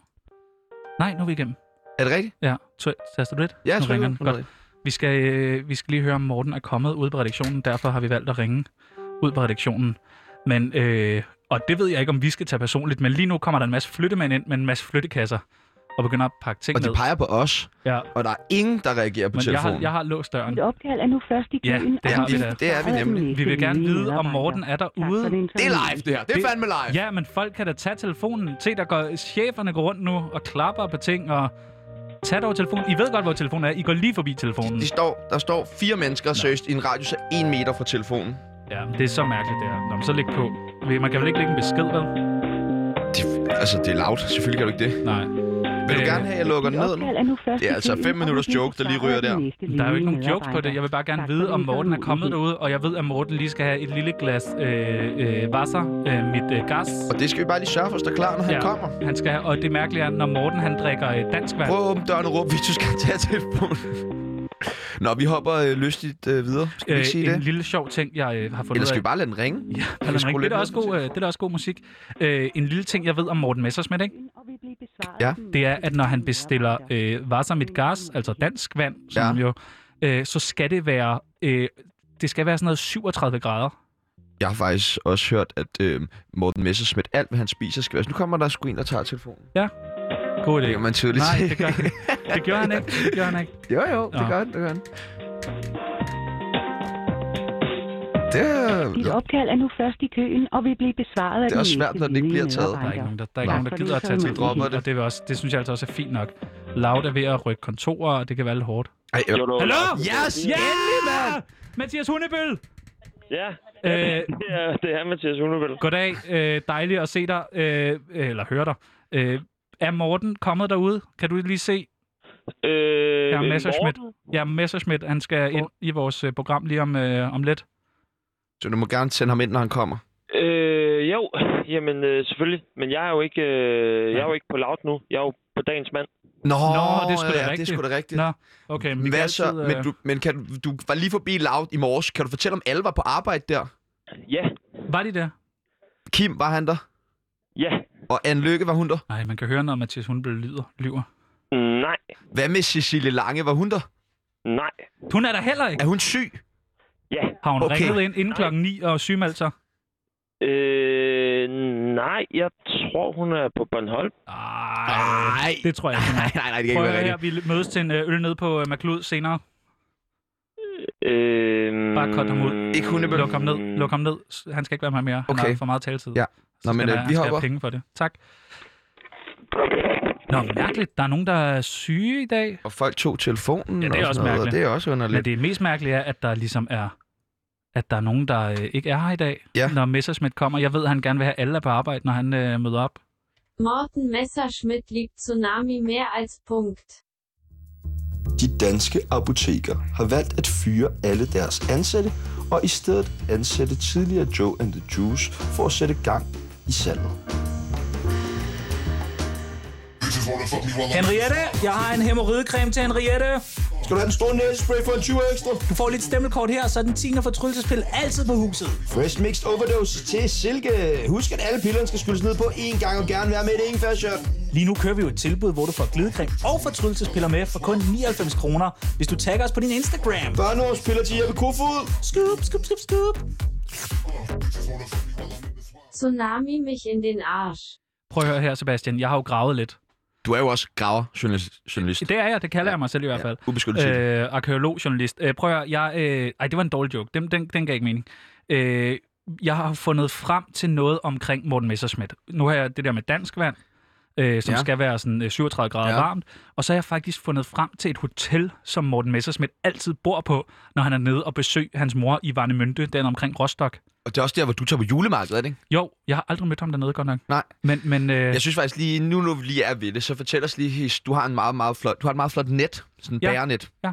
[SPEAKER 2] Nej, nu er vi igennem.
[SPEAKER 1] Er det rigtigt?
[SPEAKER 2] Ja, t- taster du lidt?
[SPEAKER 1] Ja, jeg
[SPEAKER 2] nu
[SPEAKER 1] tror,
[SPEAKER 2] ringer han.
[SPEAKER 1] det
[SPEAKER 2] Godt. Vi skal, øh, vi skal lige høre, om Morten er kommet ud på redaktionen. Derfor har vi valgt at ringe ud på redaktionen. Men, øh, og det ved jeg ikke, om vi skal tage personligt, men lige nu kommer der en masse flyttemænd ind med en masse flyttekasser og begynder at pakke ting
[SPEAKER 1] Og de
[SPEAKER 2] ned.
[SPEAKER 1] peger på os,
[SPEAKER 2] ja,
[SPEAKER 1] og der er ingen, der reagerer på
[SPEAKER 2] men jeg har,
[SPEAKER 1] telefonen.
[SPEAKER 2] jeg har låst døren.
[SPEAKER 7] Mit opkald er nu først i
[SPEAKER 2] Ja,
[SPEAKER 7] køen.
[SPEAKER 2] det har vi da.
[SPEAKER 1] Det er vi nemlig.
[SPEAKER 2] Vi vil gerne vide, om Morten er derude.
[SPEAKER 1] Det er live, det her. Det er
[SPEAKER 2] Det-
[SPEAKER 1] fandme live.
[SPEAKER 2] Ja, men folk kan da tage telefonen. Se, der går cheferne går rundt nu og klapper på ting og... Tag dog telefonen. I ved godt, hvor telefonen er. I går lige forbi telefonen.
[SPEAKER 1] De står, der står fire mennesker seriøst i en radius af en meter fra telefonen.
[SPEAKER 2] Ja, men det er så mærkeligt, det her. Nå, men så læg på. Man kan vel ikke lægge en besked, vel?
[SPEAKER 1] Det, altså, det er loud. Selvfølgelig kan du ikke det.
[SPEAKER 2] Nej.
[SPEAKER 1] Vil du
[SPEAKER 2] Øh,
[SPEAKER 1] gerne have, at jeg lukker den ned nu? Det er altså fem minutters joke, der lige ryger der.
[SPEAKER 2] Der er jo ikke nogen jokes på det. Jeg vil bare gerne vide, om Morten er kommet derude, og jeg ved, at Morten lige skal have et lille glas øh, øh, vasser, øh, mit øh, gas.
[SPEAKER 1] Og det skal vi bare lige sørge for, at stå klar, når han kommer.
[SPEAKER 2] Han skal, have- og det mærkelige er, når Morten han drikker øh, dansk vand.
[SPEAKER 1] Prøv at åbne døren og råbe, hvis du skal tage telefonen. Nå, vi hopper øh, lystigt øh, videre. Skal vi
[SPEAKER 2] Øh,
[SPEAKER 1] ikke sige
[SPEAKER 2] en
[SPEAKER 1] det?
[SPEAKER 2] lille sjov ting, jeg øh, har fundet
[SPEAKER 1] Eller skal
[SPEAKER 2] ud af.
[SPEAKER 1] vi bare lade den ringe?
[SPEAKER 2] Ja,
[SPEAKER 1] vi
[SPEAKER 2] Allan
[SPEAKER 1] skrue
[SPEAKER 2] Ring, det,
[SPEAKER 1] lidt
[SPEAKER 2] er
[SPEAKER 1] ned
[SPEAKER 2] da også
[SPEAKER 1] for
[SPEAKER 2] god, øh, det er da også god musik. Øh, en lille ting, jeg ved om Morten Messersmith, ikke?
[SPEAKER 1] Ja.
[SPEAKER 2] det er, at når han bestiller øh, Vasa mit gas, altså dansk vand, som
[SPEAKER 1] Ja.
[SPEAKER 2] ja. jo, øh, så skal det være, øh, det skal være sådan noget 37 grader.
[SPEAKER 1] Jeg har faktisk også hørt, at øh, Morten Messerschmidt, alt hvad han spiser, skal være... Nu kommer der sgu en, der tager telefonen.
[SPEAKER 2] God idé.
[SPEAKER 1] Det kan man tydeligt
[SPEAKER 2] Nej,
[SPEAKER 1] se.
[SPEAKER 2] det gør, det gjorde han ikke. Det gjorde han ikke.
[SPEAKER 1] Jo, jo, det
[SPEAKER 2] Nå.
[SPEAKER 1] gør han, det gør han. Det er,
[SPEAKER 2] øh,
[SPEAKER 7] Dit opkald er nu først i køen, og vil blive besvaret af
[SPEAKER 1] Det er også svært, når den ikke bliver taget.
[SPEAKER 2] Der er ikke nogen, der, der, er ikke
[SPEAKER 1] Nå.
[SPEAKER 2] nogen, der gider at tage
[SPEAKER 7] Vi
[SPEAKER 2] til
[SPEAKER 1] dropper det.
[SPEAKER 2] Og det, vil også, det synes jeg altså også er fint nok. Loud er ved at rykke kontorer, og det kan være lidt hårdt.
[SPEAKER 1] ej, øh,
[SPEAKER 2] Hallo?
[SPEAKER 1] Yes,
[SPEAKER 2] Ja!
[SPEAKER 1] endelig, mand!
[SPEAKER 2] Mathias Hundebøl!
[SPEAKER 8] Ja,
[SPEAKER 2] Øh,
[SPEAKER 8] det er, det er Mathias Hunebøl.
[SPEAKER 2] goddag. Øh, dejligt at se dig, øh, eller høre dig. Øh, er Morten kommet derude? Kan du lige se,
[SPEAKER 8] Øh,
[SPEAKER 2] Ja,
[SPEAKER 8] øh,
[SPEAKER 2] Messerschmidt.
[SPEAKER 8] Morten?
[SPEAKER 2] Ja, Messerschmidt, han skal ind i vores øh, program lige om, øh, om lidt.
[SPEAKER 1] Så du må gerne sende ham ind, når han kommer.
[SPEAKER 8] Øh, jo, jamen øh, selvfølgelig. Men jeg er jo ikke, øh, jeg er jo ikke på laut nu. Jeg er jo på dagens mand.
[SPEAKER 1] Nå,
[SPEAKER 2] Nå, det er sgu da
[SPEAKER 1] ja,
[SPEAKER 2] rigtigt.
[SPEAKER 1] Det er sgu da rigtigt.
[SPEAKER 2] Nå, okay. Men vi
[SPEAKER 1] Men
[SPEAKER 2] kan
[SPEAKER 1] Hvad så?
[SPEAKER 2] altid, øh,
[SPEAKER 1] Men, du, men kan, du- du var lige forbi Loud i morges. Kan du fortælle, om alle var på arbejde der?
[SPEAKER 8] Ja,
[SPEAKER 2] øh, Var de der?
[SPEAKER 1] Kim, var han der?
[SPEAKER 8] ja,
[SPEAKER 1] Og Anne Lykke, var hun der?
[SPEAKER 2] Nej, man kan høre, når Mathias Hundbøl lyder, lyver.
[SPEAKER 8] nej,
[SPEAKER 1] Hvad med Cecilie Lange? Var hun der?
[SPEAKER 8] nej,
[SPEAKER 2] Hun er der heller ikke.
[SPEAKER 1] Er hun syg?
[SPEAKER 8] ja.
[SPEAKER 2] Har hun
[SPEAKER 1] Okay.
[SPEAKER 2] okay. ringet ind inden klokken 9 og sygemeldt sig?
[SPEAKER 8] Øh, nej, jeg tror, hun er på Bornholm.
[SPEAKER 2] Nej, det tror jeg ikke. hun
[SPEAKER 1] Nej,
[SPEAKER 2] er.
[SPEAKER 1] nej, nej, det kan
[SPEAKER 2] Prøv
[SPEAKER 1] ikke være
[SPEAKER 2] at høre her,
[SPEAKER 1] rigtigt.
[SPEAKER 2] vi mødes til en øh, øl nede på øh, McLeod senere.
[SPEAKER 8] Øh,
[SPEAKER 2] Bare kort ham ud.
[SPEAKER 1] Mm. Ikke Hunebøl.
[SPEAKER 2] Luk ham ned, luk ham ned. S- Han skal ikke være med mere. Han
[SPEAKER 1] Okay.
[SPEAKER 2] har for meget taletid.
[SPEAKER 1] Ja.
[SPEAKER 2] Så
[SPEAKER 1] Nå, men
[SPEAKER 2] skal
[SPEAKER 1] øh,
[SPEAKER 2] der-
[SPEAKER 1] vi
[SPEAKER 2] skal have
[SPEAKER 1] hopper.
[SPEAKER 2] penge for det. Tak. Nå, mærkeligt. Der er nogen, der er syge i dag.
[SPEAKER 1] Og folk tog telefonen
[SPEAKER 2] Ja, det er
[SPEAKER 1] og
[SPEAKER 2] også
[SPEAKER 1] sådan noget, og
[SPEAKER 2] mærkeligt.
[SPEAKER 1] det er også
[SPEAKER 2] Men
[SPEAKER 1] underligt.
[SPEAKER 2] det mest mærkelige er, at der ligesom er at der er nogen, der øh, ikke er her i dag,
[SPEAKER 1] Ja.
[SPEAKER 2] når Messerschmidt kommer. Jeg ved, at han gerne vil have alle på arbejde, når han øh, møder op.
[SPEAKER 5] Morten Messerschmidt liegt Tsunami mehr als Punkt.
[SPEAKER 3] De danske apoteker har valgt at fyre alle deres ansatte, og i stedet ansætte tidligere Joe and the Juice for at sætte gang i salget.
[SPEAKER 4] Henriette, jeg har en hemorridecreme til Henriette.
[SPEAKER 3] Skal du have den store næsespray for en 20 ekstra?
[SPEAKER 4] Du får lidt stempelkort her, så er den 10. fortrydelsespille altid på huset.
[SPEAKER 3] Fresh Mixed Overdose til Silke. Husk, at alle pillerne skal skylles ned på én gang og gerne være med i en fast shot.
[SPEAKER 4] Lige nu kører vi jo et tilbud, hvor du får glidecreme og fortrydelsespiller med for kun 99 kroner, hvis du tagger os på din Instagram.
[SPEAKER 3] Børneårspiller til Jeppe Kofod.
[SPEAKER 4] Scoop, scoop, scoop, scoop.
[SPEAKER 5] Tsunami mich in den Arsch.
[SPEAKER 2] Prøv at høre her, Sebastian. Jeg har jo gravet lidt.
[SPEAKER 1] Du er jo også graver journalist. journalist.
[SPEAKER 2] Det er jeg, det kalder jeg mig selv i hvert fald.
[SPEAKER 1] Ubeskyttet titel.
[SPEAKER 2] Øh, arkeolog, journalist. Øh, prøv at høre, jeg... Øh, ej, det var en dårlig joke. Den, den, den gav ikke mening. Øh, jeg har fundet frem til noget omkring Morten Messerschmidt. Nu har jeg det der med dansk vand, øh, som
[SPEAKER 1] Ja.
[SPEAKER 2] ja. skal være sådan øh, 37 grader
[SPEAKER 1] Ja.
[SPEAKER 2] ja. varmt. Og så har jeg faktisk fundet frem til et hotel, som Morten Messerschmidt altid bor på, når han er nede og besøger hans mor i Varnemønte, den omkring Rostock.
[SPEAKER 1] Og det er også der, hvor du tager på julemarkedet, er det ikke?
[SPEAKER 2] Jo, jeg har aldrig mødt ham dernede godt nok.
[SPEAKER 1] Nej.
[SPEAKER 2] Men, men øh,
[SPEAKER 1] Jeg synes faktisk lige, nu når vi lige er ved det, så fortæl os lige, his- du har en meget, meget flot, du har et meget flot net, sådan en
[SPEAKER 2] Ja.
[SPEAKER 1] bærenet.
[SPEAKER 2] Ja.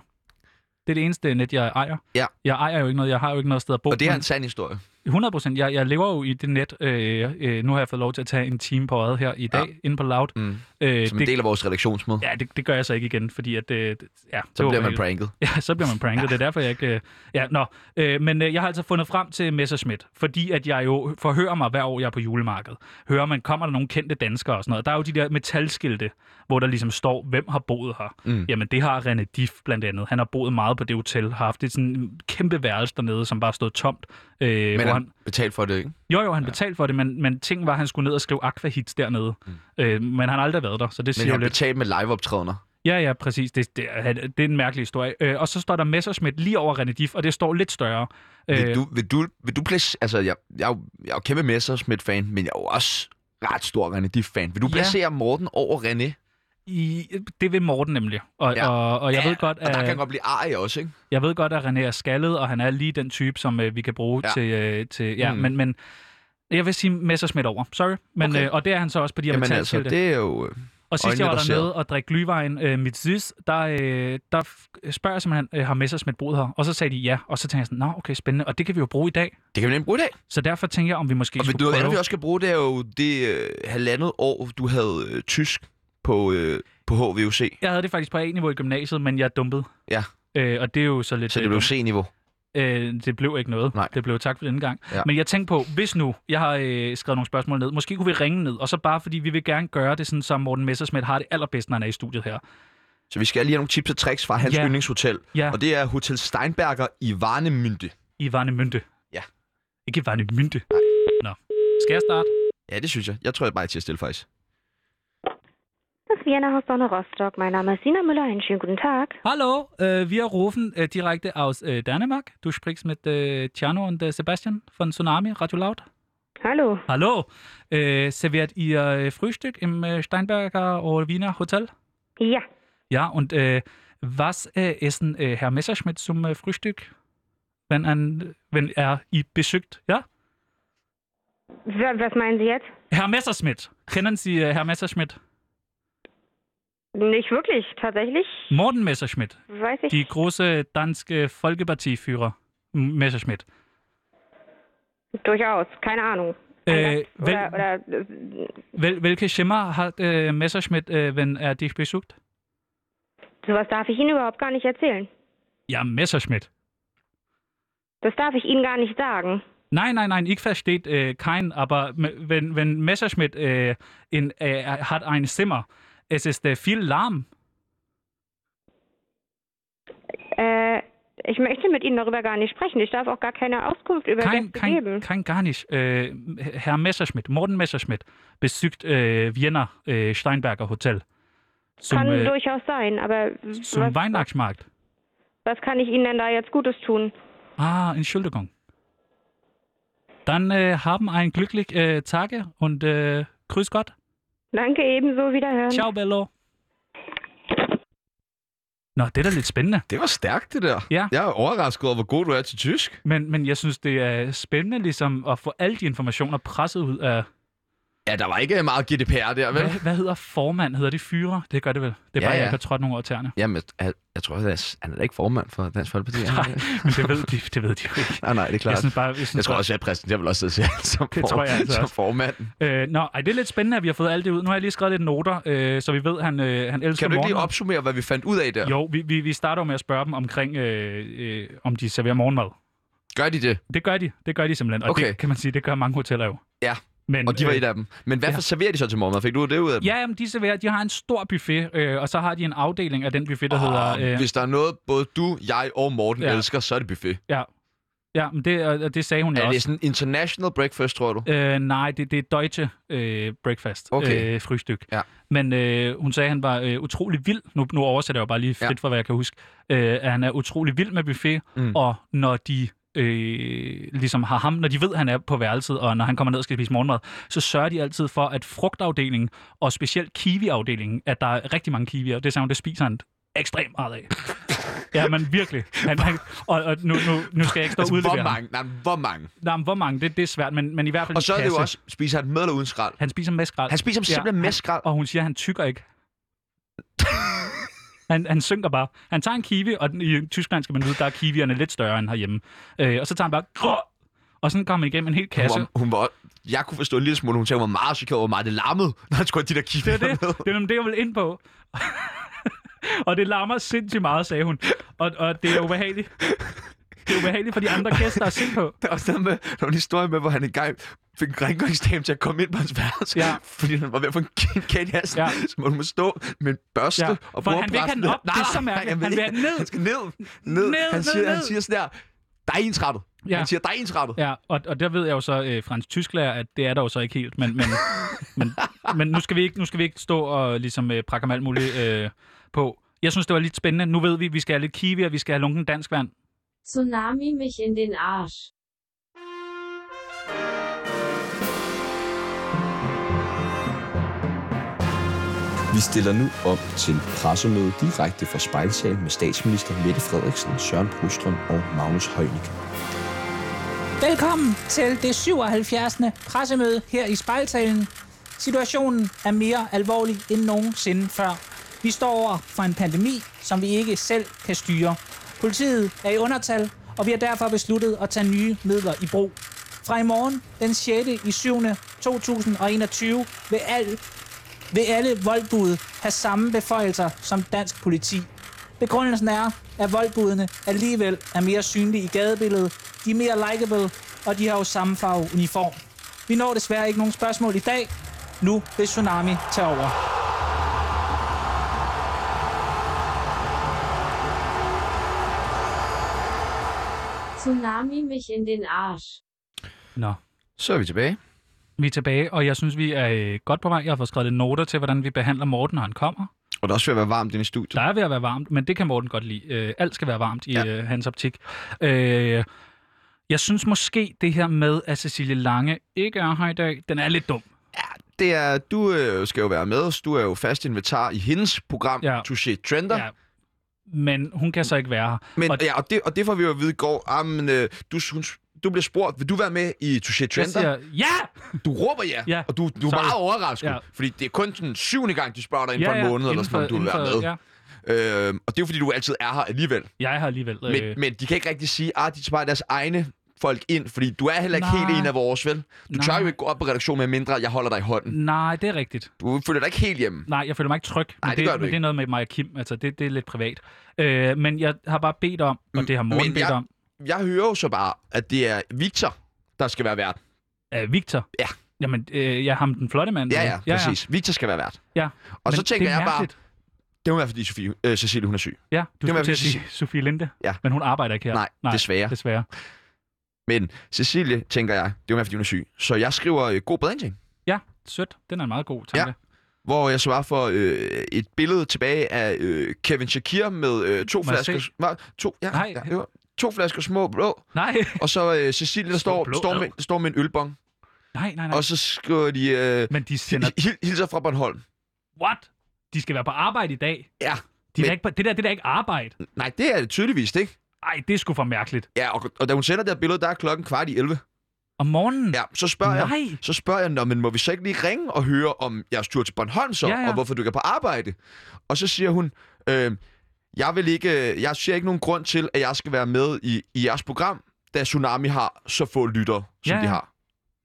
[SPEAKER 2] Det er det eneste net, jeg ejer.
[SPEAKER 3] Ja.
[SPEAKER 2] Jeg ejer jo ikke noget. Jeg har jo ikke noget sted at bo.
[SPEAKER 3] Og det er
[SPEAKER 2] Men-
[SPEAKER 3] en sand historie.
[SPEAKER 2] 100 procent. Jeg, jeg lever jo i det net. Øh, øh, nu har jeg fået lov til at tage en time på øjet her i dag, ja. inde på Loud.
[SPEAKER 3] Mm.
[SPEAKER 2] Øh,
[SPEAKER 3] Som en del af vores redaktionsmøde.
[SPEAKER 2] Ja, det, det gør jeg så ikke igen, fordi at... Øh, det- ja, det
[SPEAKER 3] Så
[SPEAKER 2] var
[SPEAKER 3] bliver man
[SPEAKER 2] helt-
[SPEAKER 3] pranket.
[SPEAKER 2] Ja, så bliver man pranket. Det er derfor, jeg ikke... Øh, ja, nå. Øh, men øh, jeg har altså fundet frem til Messerschmidt, fordi at jeg jo forhører mig hver år, jeg er på julemarkedet. Hører man, kommer der nogle kendte danskere og sådan noget. Der er jo de der metalskilte, hvor der ligesom står, hvem har boet her.
[SPEAKER 3] Mm.
[SPEAKER 2] Jamen, det har René Diff blandt andet. Han har boet meget på det hotel. Har haft et sådan kæmpe værelse dernede, som bare stod tomt. Øh,
[SPEAKER 3] Men
[SPEAKER 2] hvor
[SPEAKER 3] han betalte for det, ikke?
[SPEAKER 2] jo, jo, han betalte for det, men, men ting var, at han skulle ned og skrive aquahits dernede. Mm. Øh, men han har aldrig været der, så det
[SPEAKER 3] Men
[SPEAKER 2] siger jo
[SPEAKER 3] han
[SPEAKER 2] lidt.
[SPEAKER 3] betalte med liveoptrædener.
[SPEAKER 2] Ja, ja, præcis. Det, det, er- det er en mærkelig historie. Øh, og så står der Messerschmidt lige over René Diff, og det står lidt større. Øh,
[SPEAKER 3] Vil du, vil du, vil du place, altså, jeg, jeg, er jo- jeg er jo kæmpe Messersmith-fan, men jeg er jo også ret stor René Diff-fan. Vil du
[SPEAKER 2] Ja.
[SPEAKER 3] placere Morten over René?
[SPEAKER 2] i, det vil Morten nemlig. Og,
[SPEAKER 3] Ja.
[SPEAKER 2] ja. og, og jeg, ja, ved godt,
[SPEAKER 3] Og der kan
[SPEAKER 2] at,
[SPEAKER 3] han godt blive arg også, ikke?
[SPEAKER 2] jeg ved godt, at René er skaldet, og han er lige den type, som øh, vi kan bruge
[SPEAKER 3] Ja.
[SPEAKER 2] ja. til... Øh, til ja,
[SPEAKER 3] Mm.
[SPEAKER 2] mm. men, men jeg vil sige Messerschmidt over. Sorry. Men,
[SPEAKER 3] Okay.
[SPEAKER 2] okay. øh, og det er han så også på de her
[SPEAKER 3] Jamen altså,
[SPEAKER 2] metalskilte.
[SPEAKER 3] det er jo... øh,
[SPEAKER 2] Og sidst jeg var
[SPEAKER 3] Øjnene, der
[SPEAKER 2] dernede og drikke glyvejen øh, mit sidst, der, øh, der f- spørger jeg simpelthen, øh, har Messersmith boet her? Og så sagde de ja, og så tænkte jeg sådan, nå okay, spændende, og det kan vi jo bruge i dag.
[SPEAKER 3] Det kan vi nemlig bruge i dag.
[SPEAKER 2] Så derfor tænker jeg, om vi måske
[SPEAKER 3] Og vil
[SPEAKER 2] skulle
[SPEAKER 3] du,
[SPEAKER 2] prøve...
[SPEAKER 3] andet, vi også skal bruge, det er jo det øh, halvandet år, du havde øh, tysk på, øh, på HVUC.
[SPEAKER 2] Jeg havde det faktisk på A-niveau i gymnasiet, men jeg dumpede.
[SPEAKER 3] Ja.
[SPEAKER 2] Øh, og det er jo så lidt...
[SPEAKER 3] Så det
[SPEAKER 2] øh,
[SPEAKER 3] blev C-niveau.
[SPEAKER 2] Øh, det blev ikke noget.
[SPEAKER 3] Nej.
[SPEAKER 2] Det blev tak for denne gang.
[SPEAKER 3] Ja.
[SPEAKER 2] Men jeg tænkte på, hvis nu, jeg har øh, skrevet nogle spørgsmål ned, måske kunne vi ringe ned, og så bare fordi vi vil gerne gøre det, sådan som Morten Messersmith har det allerbedst, når han er i studiet her.
[SPEAKER 3] Så vi skal lige have nogle tips og tricks fra hans
[SPEAKER 2] Ja.
[SPEAKER 3] yndlingshotel.
[SPEAKER 2] Ja.
[SPEAKER 3] Og det er Hotel Steinberger i Varnemünde.
[SPEAKER 2] I Varnemynte.
[SPEAKER 3] Ja.
[SPEAKER 2] Ikke Varnemynte. Nå. Skal jeg starte?
[SPEAKER 3] Ja, det synes jeg. Jeg tror, jeg bare er til at stille faktisk.
[SPEAKER 9] Das Wiener Haus Donner Rostock. Mein Name ist Sina Müller. Einen schönen guten Tag.
[SPEAKER 2] Hallo, äh, wir rufen äh, direkt aus äh, Dänemark. Du sprichst mit äh, Tiano und äh, Sebastian von Tsunami, Radio Laut.
[SPEAKER 9] Hallo.
[SPEAKER 2] Hallo, äh, serviert ihr äh, Frühstück im äh, Steinberger oder Wiener Hotel?
[SPEAKER 9] Ja,
[SPEAKER 2] Ja, und äh, was äh, essen äh, Herr Messerschmidt zum äh, Frühstück, wenn, ein, wenn er ihn beschickt? Ja?
[SPEAKER 9] wa- was meinen Sie jetzt?
[SPEAKER 2] Herr Messerschmidt, kennen Sie äh, Herr Messerschmidt?
[SPEAKER 9] Nicht wirklich. Tatsächlich
[SPEAKER 2] Morten Messerschmidt,
[SPEAKER 9] weiß ich.
[SPEAKER 2] die große danske Folgepartieführer M- Messerschmidt.
[SPEAKER 9] Durchaus. Keine Ahnung.
[SPEAKER 2] Äh, wel-
[SPEAKER 9] Oder, oder äh,
[SPEAKER 2] Wel welche Schimmer hat äh, Messerschmidt, äh, wenn er dich besucht?
[SPEAKER 9] sowas darf ich Ihnen überhaupt gar nicht erzählen.
[SPEAKER 2] Ja, Messerschmidt.
[SPEAKER 9] Das darf ich Ihnen gar nicht sagen.
[SPEAKER 2] Nein, nein, nein, ich verstehe äh, keinen, aber m- wenn, wenn Messerschmidt äh, in, äh, er hat ein Zimmer, es ist äh, viel lahm.
[SPEAKER 9] Äh, ich möchte mit Ihnen darüber gar nicht sprechen. Ich darf auch gar keine Auskunft über
[SPEAKER 2] Kein,
[SPEAKER 9] Gäste
[SPEAKER 2] kein,
[SPEAKER 9] geben.
[SPEAKER 2] kein, gar nicht. Äh, Herr Messerschmidt, Morten Messerschmidt, besügt äh, Vienna äh, Steinberger Hotel zum,
[SPEAKER 9] Kann
[SPEAKER 2] äh,
[SPEAKER 9] durchaus sein, aber
[SPEAKER 2] zum
[SPEAKER 9] was,
[SPEAKER 2] Weihnachtsmarkt.
[SPEAKER 9] was kann ich Ihnen denn da jetzt Gutes tun?
[SPEAKER 2] Ah, Entschuldigung. Dann äh, haben einen glücklichen äh, Tage und äh, grüß Gott.
[SPEAKER 9] Danke ebenso, wiederhören.
[SPEAKER 2] Ciao, Bello. Nå, det er da lidt spændende.
[SPEAKER 3] Det var stærkt, det der.
[SPEAKER 2] Ja.
[SPEAKER 3] Jeg er overrasket over, hvor god du er til tysk.
[SPEAKER 2] Men, men jeg synes, det er spændende ligesom at få alle de informationer presset ud af...
[SPEAKER 3] Ja, der var ikke meget GDPR der, vel?
[SPEAKER 2] Hvad, hvad hedder formand? Hedder det fyre? Det gør det vel. Det er
[SPEAKER 3] Ja,
[SPEAKER 2] bare,
[SPEAKER 3] ja.
[SPEAKER 2] jeg ikke har trådt nogen over tæerne.
[SPEAKER 3] Jamen, jeg, jeg tror, han er, han er da ikke formand for Dansk Folkeparti. er han
[SPEAKER 2] Nej,
[SPEAKER 3] det?
[SPEAKER 2] men det ved de, det ved de jo ikke.
[SPEAKER 3] nej, nej, det er
[SPEAKER 2] Jeg
[SPEAKER 3] klart. Jeg,
[SPEAKER 2] synes bare, jeg synes
[SPEAKER 3] tror
[SPEAKER 2] bare-
[SPEAKER 3] også, at præsidenten vil også sidde og se ham som,
[SPEAKER 2] Det tror jeg altså
[SPEAKER 3] som
[SPEAKER 2] også.
[SPEAKER 3] formand.
[SPEAKER 2] Øh, nå, ej, det er lidt spændende, at vi har fået alt det ud. Nu har jeg lige skrevet lidt noter, øh, så vi ved, at han, øh, han elsker
[SPEAKER 3] Kan du ikke lige
[SPEAKER 2] morgenmad.
[SPEAKER 3] opsummere, hvad vi fandt ud af der?
[SPEAKER 2] Jo, vi, vi, vi starter jo med at spørge dem omkring, øh, øh, om de serverer morgenmad.
[SPEAKER 3] Gør de det?
[SPEAKER 2] Det gør de. Det gør de simpelthen. Og
[SPEAKER 3] Okay.
[SPEAKER 2] det kan man sige, det gør mange hoteller jo.
[SPEAKER 3] Ja,
[SPEAKER 2] Men,
[SPEAKER 3] Og de var
[SPEAKER 2] øh,
[SPEAKER 3] et af dem. Men hvad
[SPEAKER 2] ja.
[SPEAKER 3] for serverer de så til morgenmad? Fik du det ud af dem?
[SPEAKER 2] Ja, jamen, de, serverer, de har en stor buffet, øh, og så har de en afdeling af den buffet, der
[SPEAKER 3] Og
[SPEAKER 2] hedder... Øh,
[SPEAKER 3] Ah, Hvis der er noget, både du, jeg og Morten ja.
[SPEAKER 2] Ja.
[SPEAKER 3] elsker, så er det buffet.
[SPEAKER 2] ja, ja men det, og og det sagde hun jo
[SPEAKER 3] Er det
[SPEAKER 2] også.
[SPEAKER 3] sådan international breakfast, tror du?
[SPEAKER 2] Øh, nej, det, det er Deutsche øh, Breakfast
[SPEAKER 3] Okay.
[SPEAKER 2] øh, frystyk.
[SPEAKER 3] Ja.
[SPEAKER 2] Men øh, hun sagde, at han var øh, utrolig vild. Nu, nu oversætter jeg jo bare lige frit
[SPEAKER 3] Ja.
[SPEAKER 2] ja. for, hvad jeg kan huske. Øh, at han er utrolig vild med buffet,
[SPEAKER 3] Mm.
[SPEAKER 2] mm. og når de øh, ligesom har ham, når de ved, at han er på værelset, og når han kommer ned og skal spise morgenmad, så sørger de altid for, at frugtafdelingen, og specielt kiwiafdelingen, at der er rigtig mange kiwier, det sagde hun, det spiser han ekstremt meget af. ja, men virkelig. Han, han, og, og nu, nu, nu skal jeg ikke stå altså,
[SPEAKER 3] Altså, hvor
[SPEAKER 2] udlevere ham.
[SPEAKER 3] mange? Nej, men hvor mange?
[SPEAKER 2] Nej, men hvor mange? Det, det er svært, men, men i hvert fald
[SPEAKER 3] Og
[SPEAKER 2] en
[SPEAKER 3] så er det jo
[SPEAKER 2] kasse.
[SPEAKER 3] også, spiser han med eller uden skrald?
[SPEAKER 2] Han spiser med skrald.
[SPEAKER 3] Han spiser
[SPEAKER 2] Ja,
[SPEAKER 3] simpelthen med
[SPEAKER 2] han-
[SPEAKER 3] skrald.
[SPEAKER 2] Og hun siger, at han tykker ikke. Han, han synker bare. Han tager en kiwi, og den- i Tyskland skal man vide, der er kiwierne lidt større end herhjemme. Øh, og så tager han bare... Grå! Og sådan kommer han igennem en hel kasse.
[SPEAKER 1] Hun var, hun var, jeg kunne forstå en lille smule, hun sagde, hun var meget chokeret over mig. Det larmede, når han skulle have de der kigger
[SPEAKER 2] Det er det. Det er nemlig det, jeg vil ind på. og det larmer sindssygt meget, sagde hun. Og, og det er ubehageligt. Det er ubehageligt for de andre gæster at se på.
[SPEAKER 1] Der var også noget med, der var en historie med, hvor han engang fik en rengøringsdame til at komme ind på hans værelse,
[SPEAKER 2] Ja.
[SPEAKER 1] fordi han var ved at få en kæn- kæn i halsen,
[SPEAKER 2] Ja.
[SPEAKER 1] ja. så måtte hun må stå med en børste
[SPEAKER 2] Ja,
[SPEAKER 1] ja.
[SPEAKER 2] for
[SPEAKER 1] og bruge
[SPEAKER 2] han vil ikke have den op. Det er så mærkeligt. Han vil have den ned.
[SPEAKER 1] Han skal ned. ned.
[SPEAKER 2] Ned,
[SPEAKER 1] han,
[SPEAKER 2] ned,
[SPEAKER 1] siger, han
[SPEAKER 2] ned.
[SPEAKER 1] siger sådan der, der er ensrettet.
[SPEAKER 2] Ja.
[SPEAKER 1] Ja. Han siger, der er ensrettet. Ja.
[SPEAKER 2] Ja, og, og der ved jeg jo så øh, fransk tysklærer, at det er der jo så ikke helt. Men, men, men, men nu, skal vi ikke, nu skal vi ikke stå og ligesom øh, prakke om alt muligt øh, på. Jeg synes, det var lidt spændende. Nu ved vi, vi skal have lidt kiwi, og vi skal have lunken dansk vand.
[SPEAKER 5] Tsunami mich in den Arsch.
[SPEAKER 3] Vi stiller nu op til pressemøde direkte fra spejlsalen med statsminister Mette Frederiksen, Søren Brostrøm og Magnus Heunicke.
[SPEAKER 4] Velkommen til det 77. pressemøde her i Spejlsalen. Situationen er mere alvorlig end nogensinde før. Vi står over for en pandemi, som vi ikke selv kan styre. Politiet er i undertal, og vi har derfor besluttet at tage nye midler i brug. Fra i morgen, den 6. i 7. 2021, vil, al, vil alle voldbud have samme beføjelser som dansk politi. Begrundelsen er, at voldbudene alligevel er mere synlige i gadebilledet, de er mere likeable, og de har jo samme farve uniform. Vi når desværre ikke nogen spørgsmål i dag. Nu vil Tsunami tage over.
[SPEAKER 5] Tsunami mich in den Arsch.
[SPEAKER 2] Nå.
[SPEAKER 1] Så er vi tilbage.
[SPEAKER 2] Vi er tilbage, og jeg synes, vi er øh, godt på vej. Jeg har fået skrevet lidt noter til, hvordan vi behandler Morten, når han kommer.
[SPEAKER 1] Og der er også ved at være varmt inde i studiet.
[SPEAKER 2] Der er ved at være varmt, men det kan Morten godt lide. Øh, alt skal være varmt i ja.
[SPEAKER 1] Ja.
[SPEAKER 2] øh, hans optik. Øh, jeg synes måske, det her med, at Cecilie Lange ikke er her i dag, den er lidt dum.
[SPEAKER 1] Det er, du øh, skal jo være med, så du er jo fast inventar i hendes program,
[SPEAKER 2] Ja.
[SPEAKER 1] ja. Touché Trender.
[SPEAKER 2] Ja. Men hun kan så ikke være her.
[SPEAKER 1] Men,
[SPEAKER 2] og
[SPEAKER 1] og, ja, og, det, og det får vi jo at vide i går. Ah, men, øh, du, hun, du bliver spurgt, vil du være med i Touché
[SPEAKER 2] jeg
[SPEAKER 1] Trender?
[SPEAKER 2] siger, ja!
[SPEAKER 1] Du råber ja,
[SPEAKER 2] Ja.
[SPEAKER 1] ja. og du, du er
[SPEAKER 2] Sorry.
[SPEAKER 1] meget overrasket,
[SPEAKER 2] Ja.
[SPEAKER 1] ja. fordi det er kun den syvende gang, de spørger dig inden
[SPEAKER 2] ja,
[SPEAKER 1] for en
[SPEAKER 2] ja,
[SPEAKER 1] måned, eller
[SPEAKER 2] inden
[SPEAKER 1] sådan, om
[SPEAKER 2] for-
[SPEAKER 1] du vil være
[SPEAKER 2] inden for-
[SPEAKER 1] med. Ja. Øhm, og det er jo, fordi du altid er her alligevel.
[SPEAKER 2] Ja, jeg har alligevel... Øh,
[SPEAKER 1] Men, men de kan ikke rigtig sige, at de tager bare deres egne folk ind, fordi du er heller ikke
[SPEAKER 2] Nej.
[SPEAKER 1] helt en af vores, vel? Du
[SPEAKER 2] Nej.
[SPEAKER 1] tør jo ikke gå op på redaktion, med mindre jeg holder dig i hånden.
[SPEAKER 2] Nej, det er rigtigt.
[SPEAKER 1] Du føler dig ikke helt hjemme.
[SPEAKER 2] Nej, jeg føler mig ikke tryg. Men
[SPEAKER 1] Nej, det gør du
[SPEAKER 2] men det
[SPEAKER 1] ikke.
[SPEAKER 2] er noget med mig og Kim. Altså, det, det er lidt privat. Øh, men jeg har bare bedt om, og det har Morten
[SPEAKER 1] Mm, men
[SPEAKER 2] bedt
[SPEAKER 1] jeg-
[SPEAKER 2] om,
[SPEAKER 1] Jeg hører jo så bare, at det er Victor, der skal være vært.
[SPEAKER 2] øh, Victor.
[SPEAKER 1] Ja.
[SPEAKER 2] Jamen, øh, jeg har ham den flotte mand.
[SPEAKER 1] Ja, ja, præcis. Victor skal være vært.
[SPEAKER 2] Ja.
[SPEAKER 1] Og
[SPEAKER 2] Men
[SPEAKER 1] så tænker
[SPEAKER 2] det er
[SPEAKER 1] jeg bare,
[SPEAKER 2] mærkeligt.
[SPEAKER 1] det må være, fordi Sofie, øh, Cecilie hun er syg.
[SPEAKER 2] Ja, du
[SPEAKER 1] Det må
[SPEAKER 2] skulle
[SPEAKER 1] jeg
[SPEAKER 2] til at
[SPEAKER 1] virkelig
[SPEAKER 2] sige Sofie Linde,
[SPEAKER 1] Ja.
[SPEAKER 2] men hun arbejder ikke her.
[SPEAKER 1] Nej, desværre.
[SPEAKER 2] desværre.
[SPEAKER 1] Men Cecilie, tænker jeg, det må være, fordi hun er syg. Så jeg skriver øh, god bedring.
[SPEAKER 2] Ja, sødt. Den er en meget god tanke.
[SPEAKER 1] hvor jeg svarer for øh, et billede tilbage af øh, Kevin Shakir med øh, to
[SPEAKER 2] Må jeg
[SPEAKER 1] flasker...
[SPEAKER 2] se?
[SPEAKER 1] Hva? To, ja,
[SPEAKER 2] Nej.
[SPEAKER 1] ja, det var- to flasker små blå,
[SPEAKER 2] Nej,
[SPEAKER 1] og så øh, Cecilie, der
[SPEAKER 2] Små
[SPEAKER 1] står,
[SPEAKER 2] blå,
[SPEAKER 1] står,
[SPEAKER 2] ad.
[SPEAKER 1] med, står med en ølbong.
[SPEAKER 2] nej, nej, nej.
[SPEAKER 1] Og så skriver de... Øh,
[SPEAKER 2] Men de sender...
[SPEAKER 1] hil- hilser fra Bornholm.
[SPEAKER 2] What? De skal være på arbejde i dag.
[SPEAKER 1] Ja.
[SPEAKER 2] De er
[SPEAKER 1] Men-
[SPEAKER 2] da ikke på... Det der, det der er ikke arbejde.
[SPEAKER 1] Nej, det er det tydeligvis, det ikke?
[SPEAKER 2] Ej, det er sgu for mærkeligt.
[SPEAKER 1] Ja, og, og da hun sender det her billede, der er klokken kvart i 11.
[SPEAKER 2] Om morgenen?
[SPEAKER 1] Ja, så spørger jeg...
[SPEAKER 2] Nej.
[SPEAKER 1] Så spørger jeg, Nå, men må vi så ikke lige ringe og høre om jeres tur til Bornholm så,
[SPEAKER 2] Ja, ja.
[SPEAKER 1] og hvorfor du ikke er på arbejde? Og så siger hun, øh, jeg, vil ikke, øh, jeg ser ikke nogen grund til, at jeg skal være med i, i jeres program, da Tsunami har så få lyttere, som
[SPEAKER 2] Ja,
[SPEAKER 1] de
[SPEAKER 2] ja.
[SPEAKER 1] har.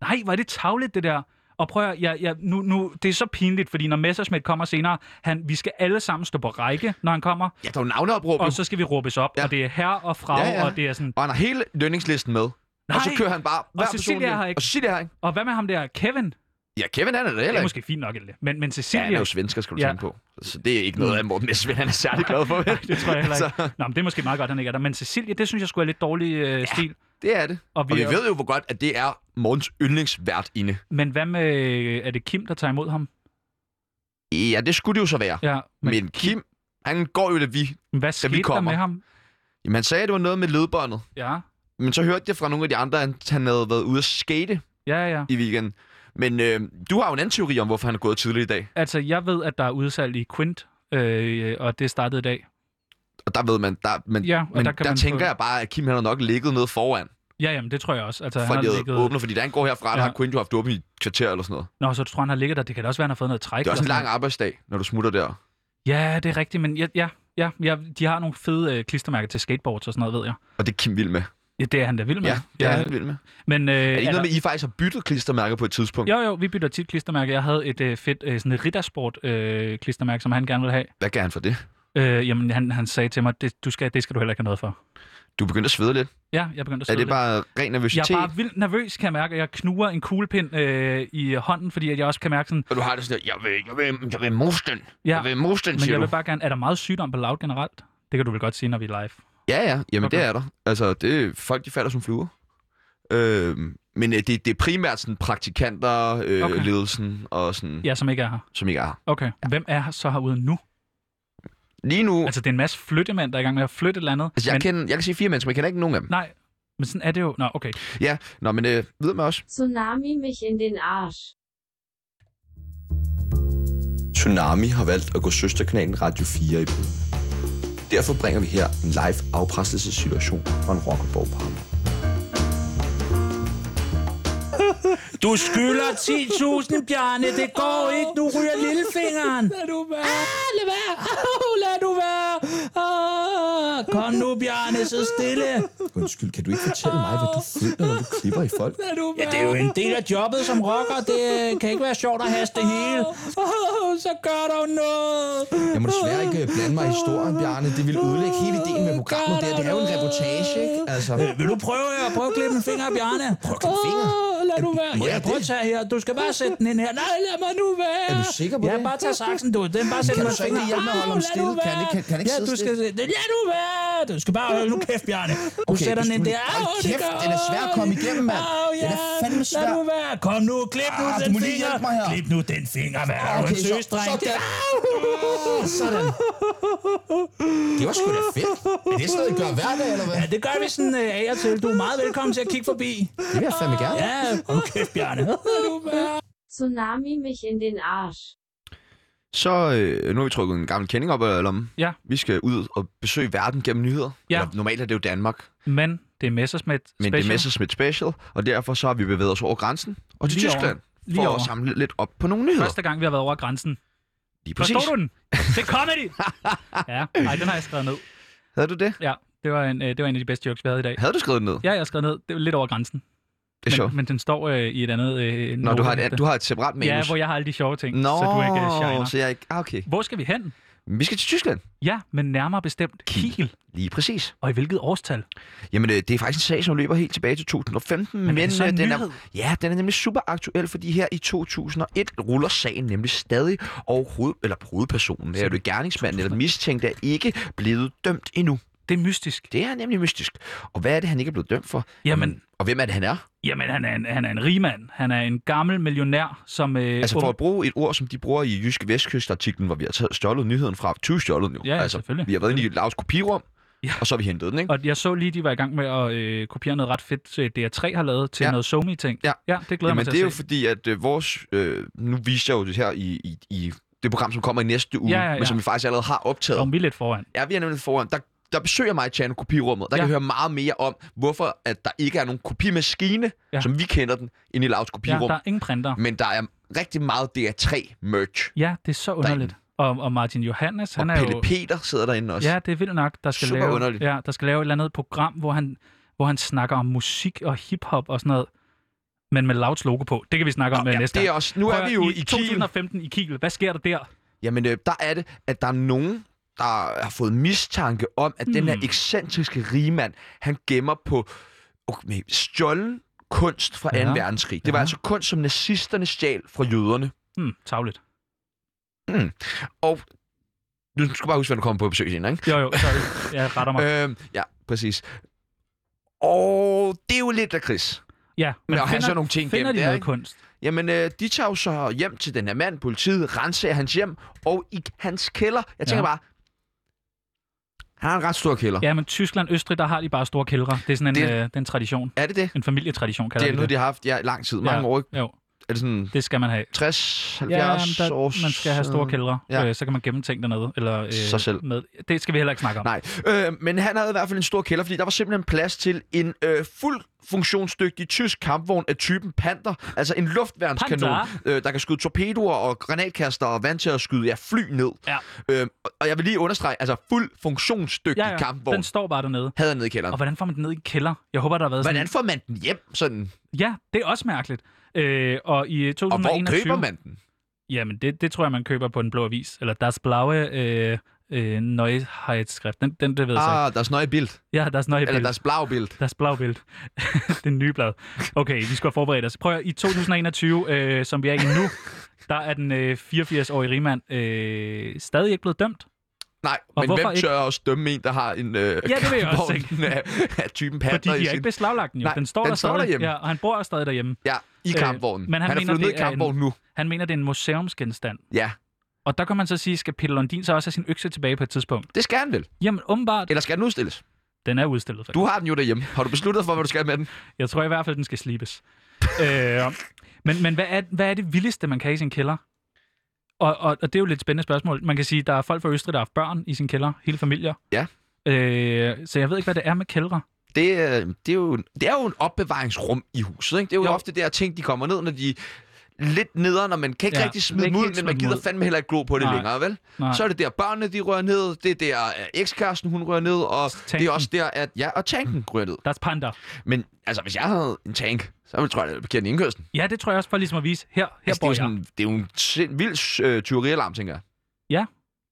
[SPEAKER 2] Nej, var det tavligt, det der. Og prøv at, høre, jeg, jeg, nu, nu, det er så pinligt, fordi når Messerschmidt kommer senere, han, vi skal alle sammen stå på række, når han kommer,
[SPEAKER 1] Ja, der er jo navneopråb,
[SPEAKER 2] og
[SPEAKER 1] og,
[SPEAKER 2] så skal vi råbes op, ja.
[SPEAKER 1] Ja.
[SPEAKER 2] og det er her og fra, ja,
[SPEAKER 1] Ja,
[SPEAKER 2] ja.
[SPEAKER 1] ja.
[SPEAKER 2] og det er sådan,
[SPEAKER 1] og han har hele lønningslisten med.
[SPEAKER 2] nej,
[SPEAKER 1] Og så kører han bare hver
[SPEAKER 2] Cecilie
[SPEAKER 1] person. hjem.
[SPEAKER 2] er her ikke.
[SPEAKER 1] Og Cecilie er her ikke.
[SPEAKER 2] og hvad med ham der, Kevin?
[SPEAKER 1] Ja, Kevin han er der
[SPEAKER 2] Det er
[SPEAKER 1] heller ikke.
[SPEAKER 2] måske fint nok, eller det. men, men
[SPEAKER 1] Ja,
[SPEAKER 2] Cecilia,
[SPEAKER 1] han er jo svensker, skal du
[SPEAKER 2] Ja. Mm.
[SPEAKER 1] tænke på. Så det er ikke noget af Morten Esvind, han er særlig glad for. vel?
[SPEAKER 2] det tror jeg heller ikke.
[SPEAKER 1] Altså,
[SPEAKER 2] Nå, men det er måske meget godt, han ikke er der, men Cecilia, det synes jeg skulle er lidt dårlig øh, stil.
[SPEAKER 1] det er det.
[SPEAKER 2] Og vi
[SPEAKER 1] Og vi
[SPEAKER 2] er-
[SPEAKER 1] ved jo, hvor godt, at det er Mortens yndlingsvært inde.
[SPEAKER 2] Men hvad med, øh, er det Kim, der tager imod ham?
[SPEAKER 1] Ja, det skulle det jo så være.
[SPEAKER 2] Ja, men,
[SPEAKER 1] Men Kim, han går jo da vi.
[SPEAKER 2] men hvad skete der
[SPEAKER 1] kommer.
[SPEAKER 2] med ham?
[SPEAKER 1] Jamen, han sagde, at det var noget med ledbåndet.
[SPEAKER 2] Ja,
[SPEAKER 1] Men så hørte jeg fra nogle af de andre, at han havde været ude at skate
[SPEAKER 2] ja, ja.
[SPEAKER 1] i weekenden. Men øh, du har jo en anden teori om, hvorfor han er gået tidligt i dag.
[SPEAKER 2] Altså, jeg ved, at der er udsalg i Quint, øh, og det startede i dag.
[SPEAKER 1] Og der ved man, der, men,
[SPEAKER 2] Ja, og
[SPEAKER 1] men
[SPEAKER 2] der
[SPEAKER 1] der,
[SPEAKER 2] kan
[SPEAKER 1] der
[SPEAKER 2] man
[SPEAKER 1] tænker
[SPEAKER 2] få-
[SPEAKER 1] jeg bare, at Kim han har nok ligget nede foran,
[SPEAKER 2] Ja, jamen, det tror jeg også. Altså,
[SPEAKER 1] for
[SPEAKER 2] han
[SPEAKER 1] at de
[SPEAKER 2] har
[SPEAKER 1] havde
[SPEAKER 2] ligget...
[SPEAKER 1] åbnet. Fordi da han går herfra, ja. der
[SPEAKER 2] Ja.
[SPEAKER 1] har Quint jo haft åbent i et kvarter eller sådan noget.
[SPEAKER 2] Nå, så tror jeg, han har ligget der. Det kan da også være, han har fået noget træk.
[SPEAKER 1] Det er også en
[SPEAKER 2] eller
[SPEAKER 1] lang
[SPEAKER 2] sådan
[SPEAKER 1] arbejdsdag, når du smutter der.
[SPEAKER 2] noget. Ja, det er rigtigt, men ja, ja. ja, ja, de har nogle fede øh, klistermærker til skateboards og sådan noget, ved jeg.
[SPEAKER 1] Og det er Kim vild med.
[SPEAKER 2] Ja, det er han da vild med.
[SPEAKER 1] Ja, det er han vild med.
[SPEAKER 2] Men, øh,
[SPEAKER 1] Er det ikke
[SPEAKER 2] der-
[SPEAKER 1] noget med, at I faktisk har byttet klistermærker på et tidspunkt?
[SPEAKER 2] Jo, jo, vi bytter tit klistermærke. Jeg havde et øh, fedt øh, sådan et riddersport øh, klistermærke, som han gerne ville have.
[SPEAKER 1] Hvad gør han for det?
[SPEAKER 2] Øh, jamen, han, han sagde til mig, det, du skal, det skal du heller ikke have noget for.
[SPEAKER 1] Du er begyndt at svede lidt.
[SPEAKER 2] Ja, jeg begyndte at
[SPEAKER 1] Er
[SPEAKER 2] sidde
[SPEAKER 1] det bare ren
[SPEAKER 2] Jeg
[SPEAKER 1] nervøsitet?
[SPEAKER 2] er bare vildt nervøs, kan jeg mærke, at jeg knuger en kuglepind øh, i hånden, fordi at jeg også kan mærke sådan,
[SPEAKER 1] Og du har det sådan, der, jeg vil, jeg vil, jeg vil mose den.
[SPEAKER 2] Ja,
[SPEAKER 1] Jeg vil mose den,
[SPEAKER 2] men
[SPEAKER 1] siger du.
[SPEAKER 2] jeg vil bare gerne, er der meget sygdom på loud generelt? Det kan du vel godt sige, når vi er live.
[SPEAKER 1] Ja, ja. Jamen, okay. det
[SPEAKER 2] Okay.
[SPEAKER 1] er der. Altså, det, folk de falder som fluer. Øh, men øh, det, det er primært sådan praktikanter, øh,
[SPEAKER 2] Okay.
[SPEAKER 1] okay. ledelsen og sådan, ja.
[SPEAKER 2] Ja, som ikke er her.
[SPEAKER 1] som ikke er her.
[SPEAKER 2] Okay, hvem er her så herude nu?
[SPEAKER 1] Lige nu, altså,
[SPEAKER 2] Altså, det er en masse flyttemænd, der er i gang med at flytte et eller andet.
[SPEAKER 1] altså jeg,
[SPEAKER 2] men,
[SPEAKER 1] men... kender, jeg kan sige fire mennesker, men jeg kender ikke nogen af dem.
[SPEAKER 2] Nej, men sådan er det jo. Nå, okay.
[SPEAKER 1] Ja, nå, men øh, videre med os.
[SPEAKER 5] Tsunami mich in den Arsch.
[SPEAKER 3] Tsunami har valgt at gå søsterkanalen Radio 4 i brug. Derfor bringer vi her en live afpresselsessituation fra en rockerborg på ham.
[SPEAKER 4] Du skylder 10.000, Bjarne. Det går ikke. Nu ryger lillefingeren. Lad du være. Ah, lad være. Au, lad du være. Ah, kom nu, Bjarne, så stille.
[SPEAKER 3] Undskyld, kan du ikke fortælle mig, hvad du føler, når du klipper i folk?
[SPEAKER 4] Ja, det er jo en del af jobbet som rocker. Det øh, kan ikke være sjovt at haste det hele. Oh, så gør dog noget.
[SPEAKER 3] Jeg må desværre ikke øh, blande mig i historien, Bjarne. Det vil ødelægge hele ideen med programmet der. Det er jo en reportage, ikke? Altså,
[SPEAKER 4] Øh, vil du prøve at prøve at klippe en finger, Bjarne? Prøv at
[SPEAKER 3] klippe en finger?
[SPEAKER 4] lad du være.
[SPEAKER 3] Må
[SPEAKER 4] Ja,
[SPEAKER 3] jeg
[SPEAKER 4] prøv at
[SPEAKER 3] det?
[SPEAKER 4] tage her. Du skal bare sætte den ind her. Nej, lad mig nu være.
[SPEAKER 3] Er du sikker på
[SPEAKER 4] ja,
[SPEAKER 3] det?
[SPEAKER 4] bare tag saksen, du. Den bare sætter
[SPEAKER 3] du
[SPEAKER 4] mig
[SPEAKER 3] så ikke
[SPEAKER 4] finger.
[SPEAKER 3] lige hjælpe med at holde
[SPEAKER 4] Au,
[SPEAKER 3] ham
[SPEAKER 4] lad
[SPEAKER 3] stille?
[SPEAKER 4] nu
[SPEAKER 3] Kan han
[SPEAKER 4] være.
[SPEAKER 3] ikke- kan- kan han ikke
[SPEAKER 4] ja,
[SPEAKER 3] sidde
[SPEAKER 4] du skal, Lad nu være. Du skal bare holde nu kæft, Bjarne. Du
[SPEAKER 3] Okay,
[SPEAKER 4] sætter den
[SPEAKER 3] hvis
[SPEAKER 4] ind
[SPEAKER 3] du-
[SPEAKER 4] der.
[SPEAKER 3] Hold
[SPEAKER 4] Au, det
[SPEAKER 3] kæft,
[SPEAKER 4] gør-
[SPEAKER 3] den er svær at komme igennem, mand.
[SPEAKER 4] Au,
[SPEAKER 3] Den er
[SPEAKER 4] ja.
[SPEAKER 3] fandme svær.
[SPEAKER 4] Lad nu være. Kom nu, klip nu
[SPEAKER 3] Ah, du
[SPEAKER 4] den
[SPEAKER 3] må lige
[SPEAKER 4] finger.
[SPEAKER 3] hjælpe mig her. Ah,
[SPEAKER 4] Klip nu den finger, mand. Er du
[SPEAKER 3] Okay,
[SPEAKER 4] en
[SPEAKER 3] så-
[SPEAKER 4] søstreng?
[SPEAKER 3] sådan.
[SPEAKER 4] Det-
[SPEAKER 3] sådan. Det var sgu da fedt. Er det sådan noget, I gør hver dag, eller hvad?
[SPEAKER 4] Ja, det gør vi sådan øh, af og til. Du er meget velkommen til at kigge forbi.
[SPEAKER 3] Det vil jeg fandme gerne.
[SPEAKER 4] Ja, hold nu kæft, Bjarne. Lad nu være.
[SPEAKER 5] Tsunami mich in den Arsch.
[SPEAKER 1] Så øh, nu har vi trukket en gammel kending op af lommen.
[SPEAKER 2] Ja.
[SPEAKER 1] Vi skal ud og besøge verden gennem nyheder.
[SPEAKER 2] Ja.
[SPEAKER 1] Eller, normalt er det jo Danmark,
[SPEAKER 2] Men det er Messersmith
[SPEAKER 1] men
[SPEAKER 2] special.
[SPEAKER 1] det er Messerschmidt Special. Og derfor så har vi bevæget os over grænsen og til
[SPEAKER 2] Lige over.
[SPEAKER 1] Tyskland.
[SPEAKER 2] Lige
[SPEAKER 1] For
[SPEAKER 2] over.
[SPEAKER 1] at samle lidt op på nogle nyheder.
[SPEAKER 2] Første gang, vi har været over grænsen.
[SPEAKER 1] Lige præcis.
[SPEAKER 2] Forstår du den? Det er comedy! ja, nej, den har jeg skrevet ned.
[SPEAKER 1] Havde du det?
[SPEAKER 2] Ja, det var en, øh, det var en af de bedste jokes, vi havde i dag.
[SPEAKER 1] Havde du skrevet det ned?
[SPEAKER 2] Ja, jeg har skrevet ned. Det er lidt over grænsen.
[SPEAKER 1] Det er sjovt.
[SPEAKER 2] Men, men den står øh, i et andet... Øh,
[SPEAKER 1] Nå, du har,
[SPEAKER 2] noteliste.
[SPEAKER 1] et, du har et separat manus.
[SPEAKER 2] Ja, hvor jeg har alle de sjove ting,
[SPEAKER 1] Nå,
[SPEAKER 2] så du ikke øh, shiner.
[SPEAKER 1] så jeg ikke... Ah, okay.
[SPEAKER 2] Hvor skal vi hen?
[SPEAKER 1] Vi skal til Tyskland.
[SPEAKER 2] Ja, men nærmere bestemt Kiel.
[SPEAKER 1] Lige præcis.
[SPEAKER 2] Og i hvilket årstal?
[SPEAKER 1] Jamen, øh, det er faktisk en sag, som løber helt tilbage til 2015. Men,
[SPEAKER 2] er det så
[SPEAKER 1] øh,
[SPEAKER 2] en
[SPEAKER 1] den er,
[SPEAKER 2] nyhed?
[SPEAKER 1] ja, den er nemlig super aktuel, fordi her i 2001 ruller sagen nemlig stadig, og hoved, eller hovedpersonen, her er det gerningsmanden eller mistænkt, er ikke blevet dømt endnu.
[SPEAKER 2] Det er mystisk.
[SPEAKER 1] Det er nemlig mystisk. Og hvad er det, han ikke er blevet dømt for?
[SPEAKER 2] Jamen-
[SPEAKER 1] Og hvem er det, han er?
[SPEAKER 2] Jamen, han er en, han er en rigmand. Han er en gammel millionær, som... Øh,
[SPEAKER 1] Altså for
[SPEAKER 2] åben-
[SPEAKER 1] at bruge et ord, som de bruger i Jyske Vestkyst-artiklen, hvor vi har taget- stjålet nyheden fra, 20 stjålet jo.
[SPEAKER 2] Ja, ja,
[SPEAKER 1] altså,
[SPEAKER 2] selvfølgelig.
[SPEAKER 1] Vi har været inde i Lavs kopirum,
[SPEAKER 2] Ja.
[SPEAKER 1] ja. og så har vi hentet den, ikke?
[SPEAKER 2] Og jeg så lige, de var i gang med at øh, kopiere noget ret fedt, øh, DR3 har lavet til
[SPEAKER 1] Ja.
[SPEAKER 2] ja. noget somi-ting.
[SPEAKER 1] Ja.
[SPEAKER 2] ja, det glæder jeg
[SPEAKER 1] Jamen,
[SPEAKER 2] mig til
[SPEAKER 1] det er jo
[SPEAKER 2] at se.
[SPEAKER 1] fordi, at øh, vores... Øh, nu viser jeg jo det her i, i, i det program, som kommer i næste uge,
[SPEAKER 2] Ja, ja, ja.
[SPEAKER 1] men som vi faktisk allerede har optaget.
[SPEAKER 2] Om vi er lidt foran.
[SPEAKER 1] Ja, vi er nemlig foran. Der, der besøger mig Tjano kopirummet. Der ja.
[SPEAKER 2] Ja.
[SPEAKER 1] kan jeg høre meget mere om, hvorfor at der ikke er nogen kopimaskine, ja.
[SPEAKER 2] Ja.
[SPEAKER 1] som vi kender den, inde i Lavs
[SPEAKER 2] Ja,
[SPEAKER 1] kopirum.
[SPEAKER 2] der
[SPEAKER 1] Ja,
[SPEAKER 2] er ingen printer.
[SPEAKER 1] Men der er rigtig meget DR3-merch.
[SPEAKER 2] Ja, det er så underligt. Og, og Martin Johannes,
[SPEAKER 1] Og
[SPEAKER 2] han er
[SPEAKER 1] Pelle
[SPEAKER 2] jo...
[SPEAKER 1] Peter sidder derinde også.
[SPEAKER 2] Ja, det er vildt nok, der skal
[SPEAKER 1] Super
[SPEAKER 2] lave,
[SPEAKER 1] underligt.
[SPEAKER 2] Ja, der skal lave et eller andet program, hvor han, hvor han snakker om musik og hiphop og sådan noget, men med Louds logo på. Det kan vi snakke om
[SPEAKER 1] Nå,
[SPEAKER 2] ja,
[SPEAKER 1] ja,
[SPEAKER 2] næste
[SPEAKER 1] det er
[SPEAKER 2] gang.
[SPEAKER 1] også- nu er
[SPEAKER 2] Prøv at-
[SPEAKER 1] vi jo i
[SPEAKER 2] i
[SPEAKER 1] Kiel.
[SPEAKER 2] 2015 i Kiel. Hvad sker der der?
[SPEAKER 1] Jamen, øh, der er det, at der er nogen, der har fået mistanke om, at mm. den her
[SPEAKER 2] Hmm.
[SPEAKER 1] ekscentriske rigmand, han gemmer på okay, stjålen kunst fra 2.
[SPEAKER 2] Ja.
[SPEAKER 1] verdenskrig. Det var
[SPEAKER 2] Ja.
[SPEAKER 1] altså kunst, som nazisterne stjal fra jøderne.
[SPEAKER 2] Hmm, tavligt.
[SPEAKER 1] Og du skal bare huske, hvad du kommer på besøg senere, ikke?
[SPEAKER 2] Jo, jo, sorry. Jeg retter mig.
[SPEAKER 1] Øhm, ja, præcis. Og det er jo lidt af Chris.
[SPEAKER 2] ja,
[SPEAKER 1] Nå, han så nogle ting
[SPEAKER 2] finder
[SPEAKER 1] gennem
[SPEAKER 2] de
[SPEAKER 1] der,
[SPEAKER 2] noget
[SPEAKER 1] ikke?
[SPEAKER 2] kunst?
[SPEAKER 1] Jamen, øh, de tager jo så hjem til den her mand, politiet, renser hans hjem, og i hans kælder, jeg tænker
[SPEAKER 2] Ja.
[SPEAKER 1] bare, han har en ret stor kælder.
[SPEAKER 2] Ja, men Tyskland, Østrig, der har de bare store kældre. Det er sådan en,
[SPEAKER 1] Det-
[SPEAKER 2] det... Øh, den tradition.
[SPEAKER 1] Er det det?
[SPEAKER 2] En familietradition, kalder
[SPEAKER 1] Det er
[SPEAKER 2] de
[SPEAKER 1] noget, de har haft ja, i lang tid. Mange
[SPEAKER 2] Ja,
[SPEAKER 1] ja. år, ikke?
[SPEAKER 2] Jo,
[SPEAKER 1] Er det sådan
[SPEAKER 2] det skal man have.
[SPEAKER 1] 60,
[SPEAKER 2] Ja,
[SPEAKER 1] 70
[SPEAKER 2] men der,
[SPEAKER 1] år
[SPEAKER 2] man skal have store
[SPEAKER 1] siden?
[SPEAKER 2] kældre,
[SPEAKER 1] Ja.
[SPEAKER 2] ja. øh, så kan man gemme ting dernede. Eller, øh,
[SPEAKER 1] Sig selv.
[SPEAKER 2] Med. Det skal vi heller ikke snakke om.
[SPEAKER 1] Nej, øh, men han havde i hvert fald en stor kælder, fordi der var simpelthen plads til en øh, fuld funktionsdygtig tysk kampvogn af typen Panther, altså en luftværnskanon,
[SPEAKER 2] Panther?
[SPEAKER 1] øh, der kan skyde torpedoer og granatkaster og vand til at skyde ja, fly ned.
[SPEAKER 2] Ja.
[SPEAKER 1] Øhm, og- og jeg vil lige understrege, altså fuld funktionsdygtig
[SPEAKER 2] Ja, ja.
[SPEAKER 1] kampvogn
[SPEAKER 2] Den står bare dernede.
[SPEAKER 1] havde han nede i kælderen.
[SPEAKER 2] Og hvordan får man den ned i kælder? Jeg håber, der har været
[SPEAKER 1] Hvordan
[SPEAKER 2] sådan...
[SPEAKER 1] får man den hjem sådan?
[SPEAKER 2] Ja, det er også mærkeligt. Øh, og i
[SPEAKER 1] Og
[SPEAKER 2] 2021...
[SPEAKER 1] hvor køber man den?
[SPEAKER 2] Jamen, det, det tror jeg, man køber på en blå avis. Eller deres blaue øh, øh, nøjhedsskrift. Den, den det ved jeg så ikke.
[SPEAKER 1] Ah, der er snøje bild.
[SPEAKER 2] Ja, deres nøjebild.
[SPEAKER 1] Eller deres blaubild.
[SPEAKER 2] Deres blaubild. det nye blad. Okay, vi skulle have forberedt os. Prøv at, i 2021, øh, som vi er i nu, der er den øh, 84-årige rigmand øh, stadig ikke blevet dømt.
[SPEAKER 1] Nej,
[SPEAKER 2] Og
[SPEAKER 1] men
[SPEAKER 2] hvorfor
[SPEAKER 1] hvem tør også dømme en, der har en øh, ja,
[SPEAKER 2] det vil jeg også
[SPEAKER 1] af, af typen
[SPEAKER 2] Fordi
[SPEAKER 1] panter i
[SPEAKER 2] de har ikke
[SPEAKER 1] sin...
[SPEAKER 2] beslaglagt den jo.
[SPEAKER 1] Nej,
[SPEAKER 2] den står
[SPEAKER 1] den
[SPEAKER 2] der
[SPEAKER 1] står
[SPEAKER 2] stadig.
[SPEAKER 1] derhjemme.
[SPEAKER 2] Ja, og han bor stadig derhjemme.
[SPEAKER 1] Ja, i
[SPEAKER 2] Øh,
[SPEAKER 1] kampvognen.
[SPEAKER 2] men han
[SPEAKER 1] han er
[SPEAKER 2] mener,
[SPEAKER 1] flyttet ned
[SPEAKER 2] det
[SPEAKER 1] i
[SPEAKER 2] er en-
[SPEAKER 1] kampvognen nu.
[SPEAKER 2] Han mener, det er en museumsgenstand.
[SPEAKER 1] Ja,
[SPEAKER 2] Og der kan man så sige, skal Peter Lundin så også have sin økse tilbage på et tidspunkt?
[SPEAKER 1] det skal han vel.
[SPEAKER 2] Jamen, åbenbart,
[SPEAKER 1] Eller skal den udstilles?
[SPEAKER 2] den er udstillet. Faktisk.
[SPEAKER 1] Du har den jo derhjemme. Har du besluttet for, hvad du skal med den?
[SPEAKER 2] Jeg tror i hvert fald, den skal slibes. øh, men men hvad, er, hvad er det vildeste, man kan i sin kælder? Og, og, og det er jo et lidt spændende spørgsmål. Man kan sige, der er folk fra Østrig, der har haft børn i sin kælder. Hele familier.
[SPEAKER 1] Ja.
[SPEAKER 2] Øh, så jeg ved ikke, hvad det er med kældre.
[SPEAKER 1] Det, øh, det, er jo, det er jo en opbevaringsrum i huset. Ikke? Det er jo,
[SPEAKER 2] Jo.
[SPEAKER 1] jo ofte der ting, de kommer ned, når de lidt nederen, og man kan ikke
[SPEAKER 2] Ja,
[SPEAKER 1] ja, rigtig
[SPEAKER 2] man
[SPEAKER 1] smide
[SPEAKER 2] kan
[SPEAKER 1] dem ud,
[SPEAKER 2] ikke
[SPEAKER 1] men
[SPEAKER 2] smide
[SPEAKER 1] man
[SPEAKER 2] dem
[SPEAKER 1] gider
[SPEAKER 2] ud.
[SPEAKER 1] fandme heller ikke glo på det
[SPEAKER 2] Nej.
[SPEAKER 1] Nej. længere, vel?
[SPEAKER 2] Nej.
[SPEAKER 1] Så er det der, børnene de rører ned, det er der, øh, ekskæresten hun rører ned, og tanken. det
[SPEAKER 2] Tanken. Mm.
[SPEAKER 1] er også der, at ja, og tanken rører ned.
[SPEAKER 2] Deres panter.
[SPEAKER 1] Men altså, hvis jeg havde en tank, så ville jeg, tror jeg, at jeg ville den i indkørslen.
[SPEAKER 2] Ja, det tror jeg også for ligesom at vise. Her, her
[SPEAKER 1] Altså, det, er
[SPEAKER 2] bor
[SPEAKER 1] jo
[SPEAKER 2] jeg.
[SPEAKER 1] sådan, det er jo en sind, vild øh, tyverialarm, tænker jeg.
[SPEAKER 2] er
[SPEAKER 1] Det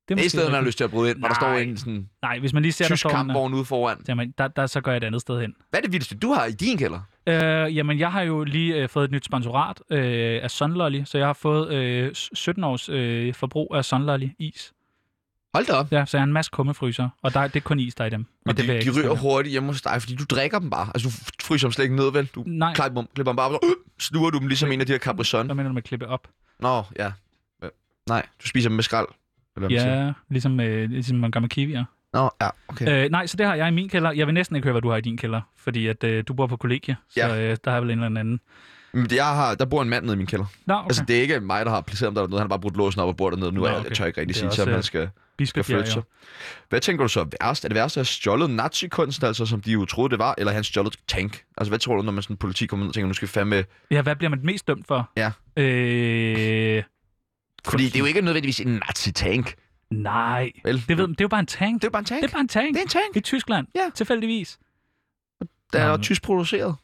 [SPEAKER 1] er i
[SPEAKER 2] måske
[SPEAKER 1] stedet, man har
[SPEAKER 2] rigtigt.
[SPEAKER 1] lyst til at bryde ind, hvor der står
[SPEAKER 2] Nej.
[SPEAKER 1] en sådan,
[SPEAKER 2] Nej, hvis man lige ser, der
[SPEAKER 1] tysk
[SPEAKER 2] står en, øh.
[SPEAKER 1] kampvogn ude foran.
[SPEAKER 2] Jamen, der, der, så går jeg et andet sted hen.
[SPEAKER 1] Hvad er det vildeste, du har i din kælder?
[SPEAKER 2] Øh, jamen, jeg har jo lige øh, fået et nyt sponsorat øh, af Sunlolly, så jeg har fået øh, 17 års øh, forbrug af Sunlolly is.
[SPEAKER 1] Hold da op.
[SPEAKER 2] Ja, så jeg har en masse kummefryser, og der, det er kun is, der er i dem.
[SPEAKER 1] Men
[SPEAKER 2] og
[SPEAKER 1] de,
[SPEAKER 2] det vil jeg
[SPEAKER 1] de
[SPEAKER 2] ikke
[SPEAKER 1] ryger
[SPEAKER 2] smage.
[SPEAKER 1] hurtigt hjemme hos dig, fordi du drikker dem bare. Altså, du f- fryser dem slet ikke ned, vel? Du
[SPEAKER 2] Nej,
[SPEAKER 1] klipper dem, klipper dem bare op, og så øh, sluger du dem ligesom en af de her Capri Sun.
[SPEAKER 2] hvad mener du med klippe op?
[SPEAKER 1] Nå, ja. Øh, Nej, du spiser dem med skrald. Eller hvad man siger.
[SPEAKER 2] Ja, ligesom, øh, ligesom man gør med kiwier.
[SPEAKER 1] Nå, ja, okay.
[SPEAKER 2] Øh, nej, så det har jeg i min kælder. Jeg vil næsten ikke høre, hvad du har i din kælder, fordi at, øh, du bor på kollegie, så
[SPEAKER 1] Ja.
[SPEAKER 2] øh, der har jeg vel en eller anden.
[SPEAKER 1] Men jeg har, der bor en mand nede i min kælder. Okay.
[SPEAKER 2] Nå, okay.
[SPEAKER 1] Altså, det er ikke mig, der har placeret ham dernede. Han har bare brudt låsen op og bor dernede. Nu
[SPEAKER 2] Nå,
[SPEAKER 1] er jeg,
[SPEAKER 2] okay.
[SPEAKER 1] jeg tør ikke rigtig
[SPEAKER 2] Det er
[SPEAKER 1] sige
[SPEAKER 2] også,
[SPEAKER 1] til ham,
[SPEAKER 2] øh,
[SPEAKER 1] han skal, skal
[SPEAKER 2] Bispebjerg,
[SPEAKER 1] flytte sig. Hvad tænker du så er værst? Er det værste at have stjålet nazikunst, altså, som de jo troede, det var? Eller han stjålet tank? Altså, hvad tror du, når man sådan politi kommer ned og tænker, nu skal vi fandme...
[SPEAKER 2] Ja, hvad bliver man mest dømt for?
[SPEAKER 1] Ja.
[SPEAKER 2] Øh,
[SPEAKER 1] Fordi det er jo ikke nødvendigvis en nazi-tank.
[SPEAKER 2] Nej,
[SPEAKER 1] Vel,
[SPEAKER 2] det, ved, det er jo bare en tank.
[SPEAKER 1] det er jo bare en tank.
[SPEAKER 2] det er bare en tank.
[SPEAKER 1] det er en tank.
[SPEAKER 2] I Tyskland,
[SPEAKER 1] Ja.
[SPEAKER 2] tilfældigvis.
[SPEAKER 1] Der
[SPEAKER 2] Nå,
[SPEAKER 1] er
[SPEAKER 2] men-
[SPEAKER 1] tysk produceret.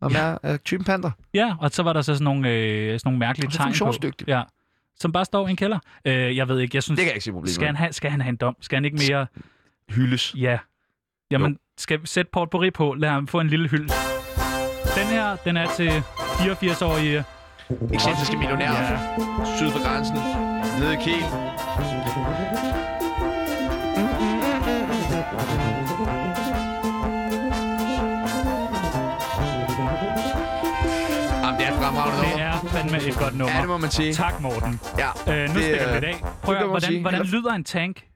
[SPEAKER 1] Og ja. er øh, typen panter.
[SPEAKER 2] Ja, og så var der så sådan nogle, øh, sådan nogle mærkelige
[SPEAKER 1] Og så
[SPEAKER 2] tegn på.
[SPEAKER 1] funktionsdygtigt.
[SPEAKER 2] Ja, som bare står i en kælder. Øh, jeg ved ikke, jeg synes,
[SPEAKER 1] Det kan jeg ikke se problemet
[SPEAKER 2] skal, han have, skal han have en dom? Skal han ikke mere...
[SPEAKER 1] med. Hyldes.
[SPEAKER 2] Ja. Jamen, skal sætte Port Paris på. Lad ham få en lille hyld. Den her, den er til 84-årige...
[SPEAKER 1] Ekscentriske millionærer.
[SPEAKER 2] Ja.
[SPEAKER 1] Syd for grænsen. Nede i Kiel. Jamen, det er et fremragende
[SPEAKER 2] Det
[SPEAKER 1] nummer.
[SPEAKER 2] er fandme et godt nummer.
[SPEAKER 1] Ja, det må man sige.
[SPEAKER 2] Tak, Morten.
[SPEAKER 1] Ja,
[SPEAKER 2] Øh, nu
[SPEAKER 1] det,
[SPEAKER 2] stikker vi
[SPEAKER 1] øh,
[SPEAKER 2] lidt af.
[SPEAKER 1] kan
[SPEAKER 2] Prøv at,
[SPEAKER 1] man
[SPEAKER 2] hvordan,
[SPEAKER 1] sige.
[SPEAKER 2] hvordan
[SPEAKER 1] Eller-
[SPEAKER 2] lyder en tank?
[SPEAKER 1] det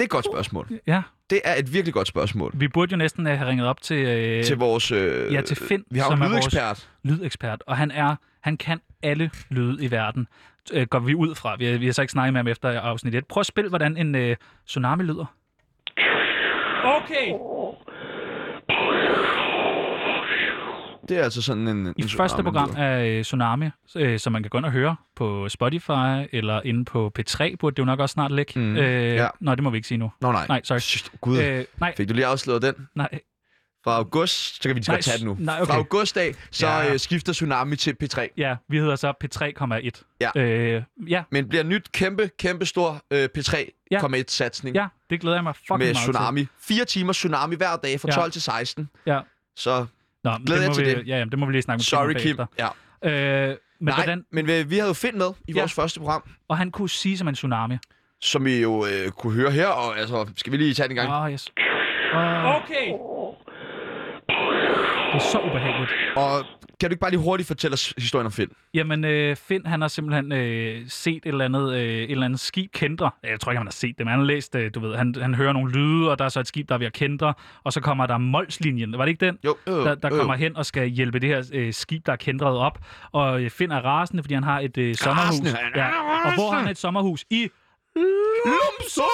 [SPEAKER 1] er et godt spørgsmål.
[SPEAKER 2] Ja,
[SPEAKER 1] Det er et virkelig godt spørgsmål.
[SPEAKER 2] vi burde jo næsten øh, have ringet op til, øh,
[SPEAKER 1] Til vores... Øh,
[SPEAKER 2] ja, til Finn,
[SPEAKER 1] vi har jo
[SPEAKER 2] som
[SPEAKER 1] en
[SPEAKER 2] er vores-
[SPEAKER 1] lydekspert.
[SPEAKER 2] lydekspert, og han er han kan alle lyde i verden, øh, går vi ud fra. Vi har, vi har så ikke snakket med ham efter afsnit 1. Prøv at spille, hvordan en øh, tsunami lyder. Okay,
[SPEAKER 1] Det er altså sådan en...
[SPEAKER 2] i
[SPEAKER 1] en
[SPEAKER 2] første
[SPEAKER 1] tsunami,
[SPEAKER 2] program
[SPEAKER 1] lyder.
[SPEAKER 2] af øh, Tsunami, øh, som man kan gå ind og høre på Spotify eller inde på P3, burde det jo nok også snart ligge.
[SPEAKER 1] Mm,
[SPEAKER 2] øh,
[SPEAKER 1] ja.
[SPEAKER 2] Nej, det må vi ikke sige nu.
[SPEAKER 1] Nå, nej.
[SPEAKER 2] Nej, sorry.
[SPEAKER 1] Shit, Gud.
[SPEAKER 2] Øh, nej,
[SPEAKER 1] Fik du lige afslået den?
[SPEAKER 2] nej,
[SPEAKER 1] Fra august, så kan vi lige så
[SPEAKER 2] Nej,
[SPEAKER 1] godt tage den nu.
[SPEAKER 2] nej, okay.
[SPEAKER 1] Fra augustdag, så
[SPEAKER 2] Ja.
[SPEAKER 1] ja. øh, skifter Tsunami til P3.
[SPEAKER 2] ja, vi hedder så P3,1.
[SPEAKER 1] Ja.
[SPEAKER 2] Øh, ja,
[SPEAKER 1] Men bliver nyt kæmpe, kæmpe stor øh,
[SPEAKER 2] Ja.
[SPEAKER 1] P3,1-satsning
[SPEAKER 2] ja, det glæder jeg mig fucking
[SPEAKER 1] med
[SPEAKER 2] meget til.
[SPEAKER 1] Tsunami. Fire timer Tsunami hver dag fra
[SPEAKER 2] Ja.
[SPEAKER 1] 12 til 16.
[SPEAKER 2] Ja.
[SPEAKER 1] Så
[SPEAKER 2] Nå, men
[SPEAKER 1] Glæder
[SPEAKER 2] det
[SPEAKER 1] jeg
[SPEAKER 2] må
[SPEAKER 1] til
[SPEAKER 2] vi,
[SPEAKER 1] det.
[SPEAKER 2] Ja, jamen, det må vi lige snakke med
[SPEAKER 1] sorry, Kim.
[SPEAKER 2] bagefter.
[SPEAKER 1] Ja.
[SPEAKER 2] Øh, men
[SPEAKER 1] Nej,
[SPEAKER 2] hvordan,
[SPEAKER 1] men vi, vi havde jo Finn med i
[SPEAKER 2] Ja.
[SPEAKER 1] vores første program,
[SPEAKER 2] og han kunne sige som en tsunami.
[SPEAKER 1] som I jo øh, kunne høre her. Og altså, skal vi lige tage den en gang?
[SPEAKER 2] Åh, yes. Uh, okay! Det er så ubehageligt.
[SPEAKER 1] Og kan du ikke bare lige hurtigt fortælle os historien om Finn?
[SPEAKER 2] Jamen, øh, Finn, han har simpelthen øh, set et eller andet, øh, et eller andet skib kendre. Jeg tror ikke, han har set det, men han har læst, øh, du ved, han, han hører nogle lyde, og der er så et skib, der er ved at kendre, og så kommer der Molslinjen. Var det ikke den?
[SPEAKER 1] Jo, øh,
[SPEAKER 2] Der, der
[SPEAKER 1] øh.
[SPEAKER 2] kommer hen og skal hjælpe det her øh, skib, der er kendret op. Og øh, Finn er rasende, fordi han har et øh, sommerhus.
[SPEAKER 1] Rasende? Han er
[SPEAKER 2] Og hvor har han et sommerhus? I
[SPEAKER 1] Lumsos!
[SPEAKER 2] Så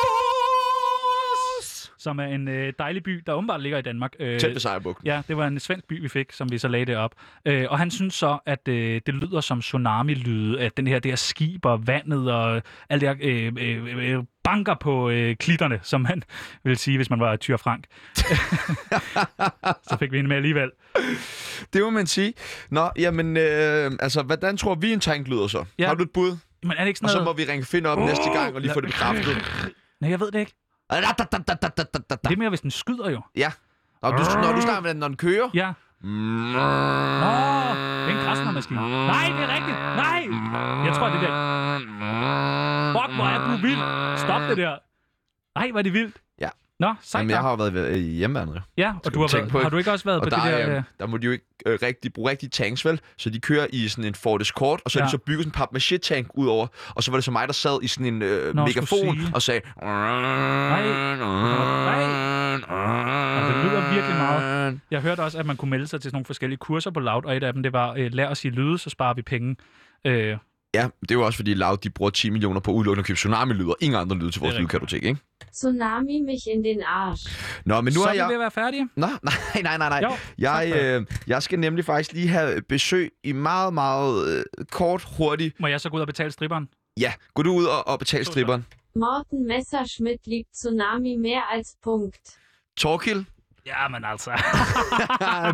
[SPEAKER 2] som er en øh, dejlig by, der åbenbart ligger i Danmark. Øh,
[SPEAKER 1] Tæt ved Sejrbugten.
[SPEAKER 2] Ja, det var en svensk by, vi fik, som vi så lagde det op. Øh, og han synes så, at øh, det lyder som tsunami-lyde, at den her der skib og vandet og alt det her, øh, øh, øh, banker på øh, klitterne, som man ville sige, hvis man var Tyr Frank. så fik vi hende med alligevel.
[SPEAKER 1] Det må man sige. Nå, jamen, øh, altså, hvordan tror vi en tank lyder så?
[SPEAKER 2] Ja.
[SPEAKER 1] Har du et bud?
[SPEAKER 2] Men er det ikke
[SPEAKER 1] Og så
[SPEAKER 2] sådan
[SPEAKER 1] må
[SPEAKER 2] noget...
[SPEAKER 1] vi ringe Finn op næste gang og lige få det bekræftet.
[SPEAKER 2] Nej, jeg ved det ikke. Det er mere, hvis den skyder jo.
[SPEAKER 1] Ja. Nå, du, når du snakker med den, når den kører.
[SPEAKER 2] Ja. Nå, det er en græsnermaskine. Nej, det er rigtigt. Nej! Jeg tror, det der. Fuck, hvor er du vild. Stop det der. Nej, var det vildt.
[SPEAKER 1] Ja.
[SPEAKER 2] Nå, sejt.
[SPEAKER 1] Jamen, jeg
[SPEAKER 2] nok.
[SPEAKER 1] har jo været i hjemmeværende.
[SPEAKER 2] Ja, og du
[SPEAKER 1] du
[SPEAKER 2] har,
[SPEAKER 1] tænke
[SPEAKER 2] været,
[SPEAKER 1] på-
[SPEAKER 2] har du ikke også været
[SPEAKER 1] Og
[SPEAKER 2] på
[SPEAKER 1] der,
[SPEAKER 2] det der...
[SPEAKER 1] der,
[SPEAKER 2] øh,
[SPEAKER 1] øh, der må de jo ikke øh, rigtig, bruge rigtige tanks, vel? Så de kører i sådan en Ford Escort, og så ja.
[SPEAKER 2] Ja.
[SPEAKER 1] de så bygget sådan en papmaché-tank ud over. Og så var det så mig, der sad i sådan en øh,
[SPEAKER 2] Nå,
[SPEAKER 1] megafon
[SPEAKER 2] skulle sige.
[SPEAKER 1] og sagde... Nej.
[SPEAKER 2] Ja, Altså, det lyder virkelig meget. Jeg hørte også, at man kunne melde sig til sådan nogle forskellige kurser på Loud, og et af dem, det var, øh, lær os i lyde, så sparer vi penge. Øh,
[SPEAKER 1] Ja, det er jo også fordi Loud, de bruger 10 millioner på udelukkende at købe tsunami-lyder. Ingen andre lyde til vores
[SPEAKER 2] Det er rigtigt.
[SPEAKER 1] lydkartotek, ikke?
[SPEAKER 5] Tsunami mich in den Arsch.
[SPEAKER 1] Nå, men nu
[SPEAKER 2] så
[SPEAKER 1] har
[SPEAKER 2] er vi ved
[SPEAKER 1] jeg...
[SPEAKER 2] at være færdige.
[SPEAKER 1] Nå, nej, nej, nej, nej.
[SPEAKER 2] Jo,
[SPEAKER 1] jeg,
[SPEAKER 2] tak for
[SPEAKER 1] øh, jeg skal nemlig faktisk lige have besøg i meget, meget øh, kort, hurtigt.
[SPEAKER 2] Må jeg så gå ud og betale stripperen?
[SPEAKER 1] Ja, gå du ud og, og betal
[SPEAKER 2] tak.
[SPEAKER 1] stripperen.
[SPEAKER 5] Morten Messerschmidt liebt Tsunami mehr als Punkt.
[SPEAKER 1] Torkil,
[SPEAKER 2] Ja, men altså.
[SPEAKER 1] ja,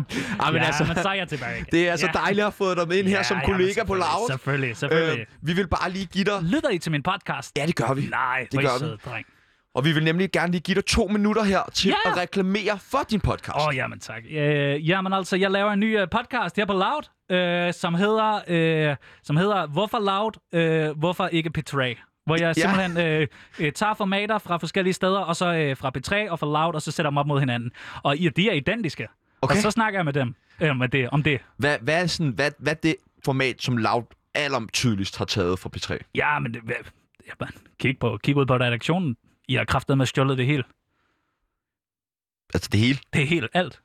[SPEAKER 2] men ja, altså, man sejrer tilbage. igen.
[SPEAKER 1] det er så
[SPEAKER 2] Ja.
[SPEAKER 1] dejligt at få dig med ind her
[SPEAKER 2] Ja,
[SPEAKER 1] som
[SPEAKER 2] ja, men
[SPEAKER 1] kollega på
[SPEAKER 2] selvfølgelig,
[SPEAKER 1] lavet.
[SPEAKER 2] Selvfølgelig, selvfølgelig.
[SPEAKER 1] Øh, vi vil bare lige give dig...
[SPEAKER 2] Lytter I til min podcast?
[SPEAKER 1] Ja, det gør vi.
[SPEAKER 2] Nej, det
[SPEAKER 1] gør vi.
[SPEAKER 2] søde, dreng.
[SPEAKER 1] Og vi vil nemlig gerne lige give dig to minutter her til
[SPEAKER 2] Ja.
[SPEAKER 1] at reklamere for din podcast.
[SPEAKER 2] Åh, oh, jamen tak. Øh, jamen altså, jeg laver en ny øh, podcast her på Loud, øh, som, hedder, øh, som hedder Hvorfor Loud, øh, hvorfor ikke P3? Hvor jeg simpelthen øh, øh, tager formater fra forskellige steder, og så øh, fra P3 og fra Loud, og så sætter dem op mod hinanden. Og I, de er identiske.
[SPEAKER 1] Okay.
[SPEAKER 2] Og så snakker jeg med dem øh, med det, om det.
[SPEAKER 1] Hvad, hvad, er sådan, hvad, hvad er det format, som Loud allertydeligst har taget fra P3?
[SPEAKER 2] Ja, men det, hvad, jamen, kig, på, kig ud på redaktionen. I har kraftet med stjålet det hele.
[SPEAKER 1] Altså det hele.
[SPEAKER 2] Det er helt alt.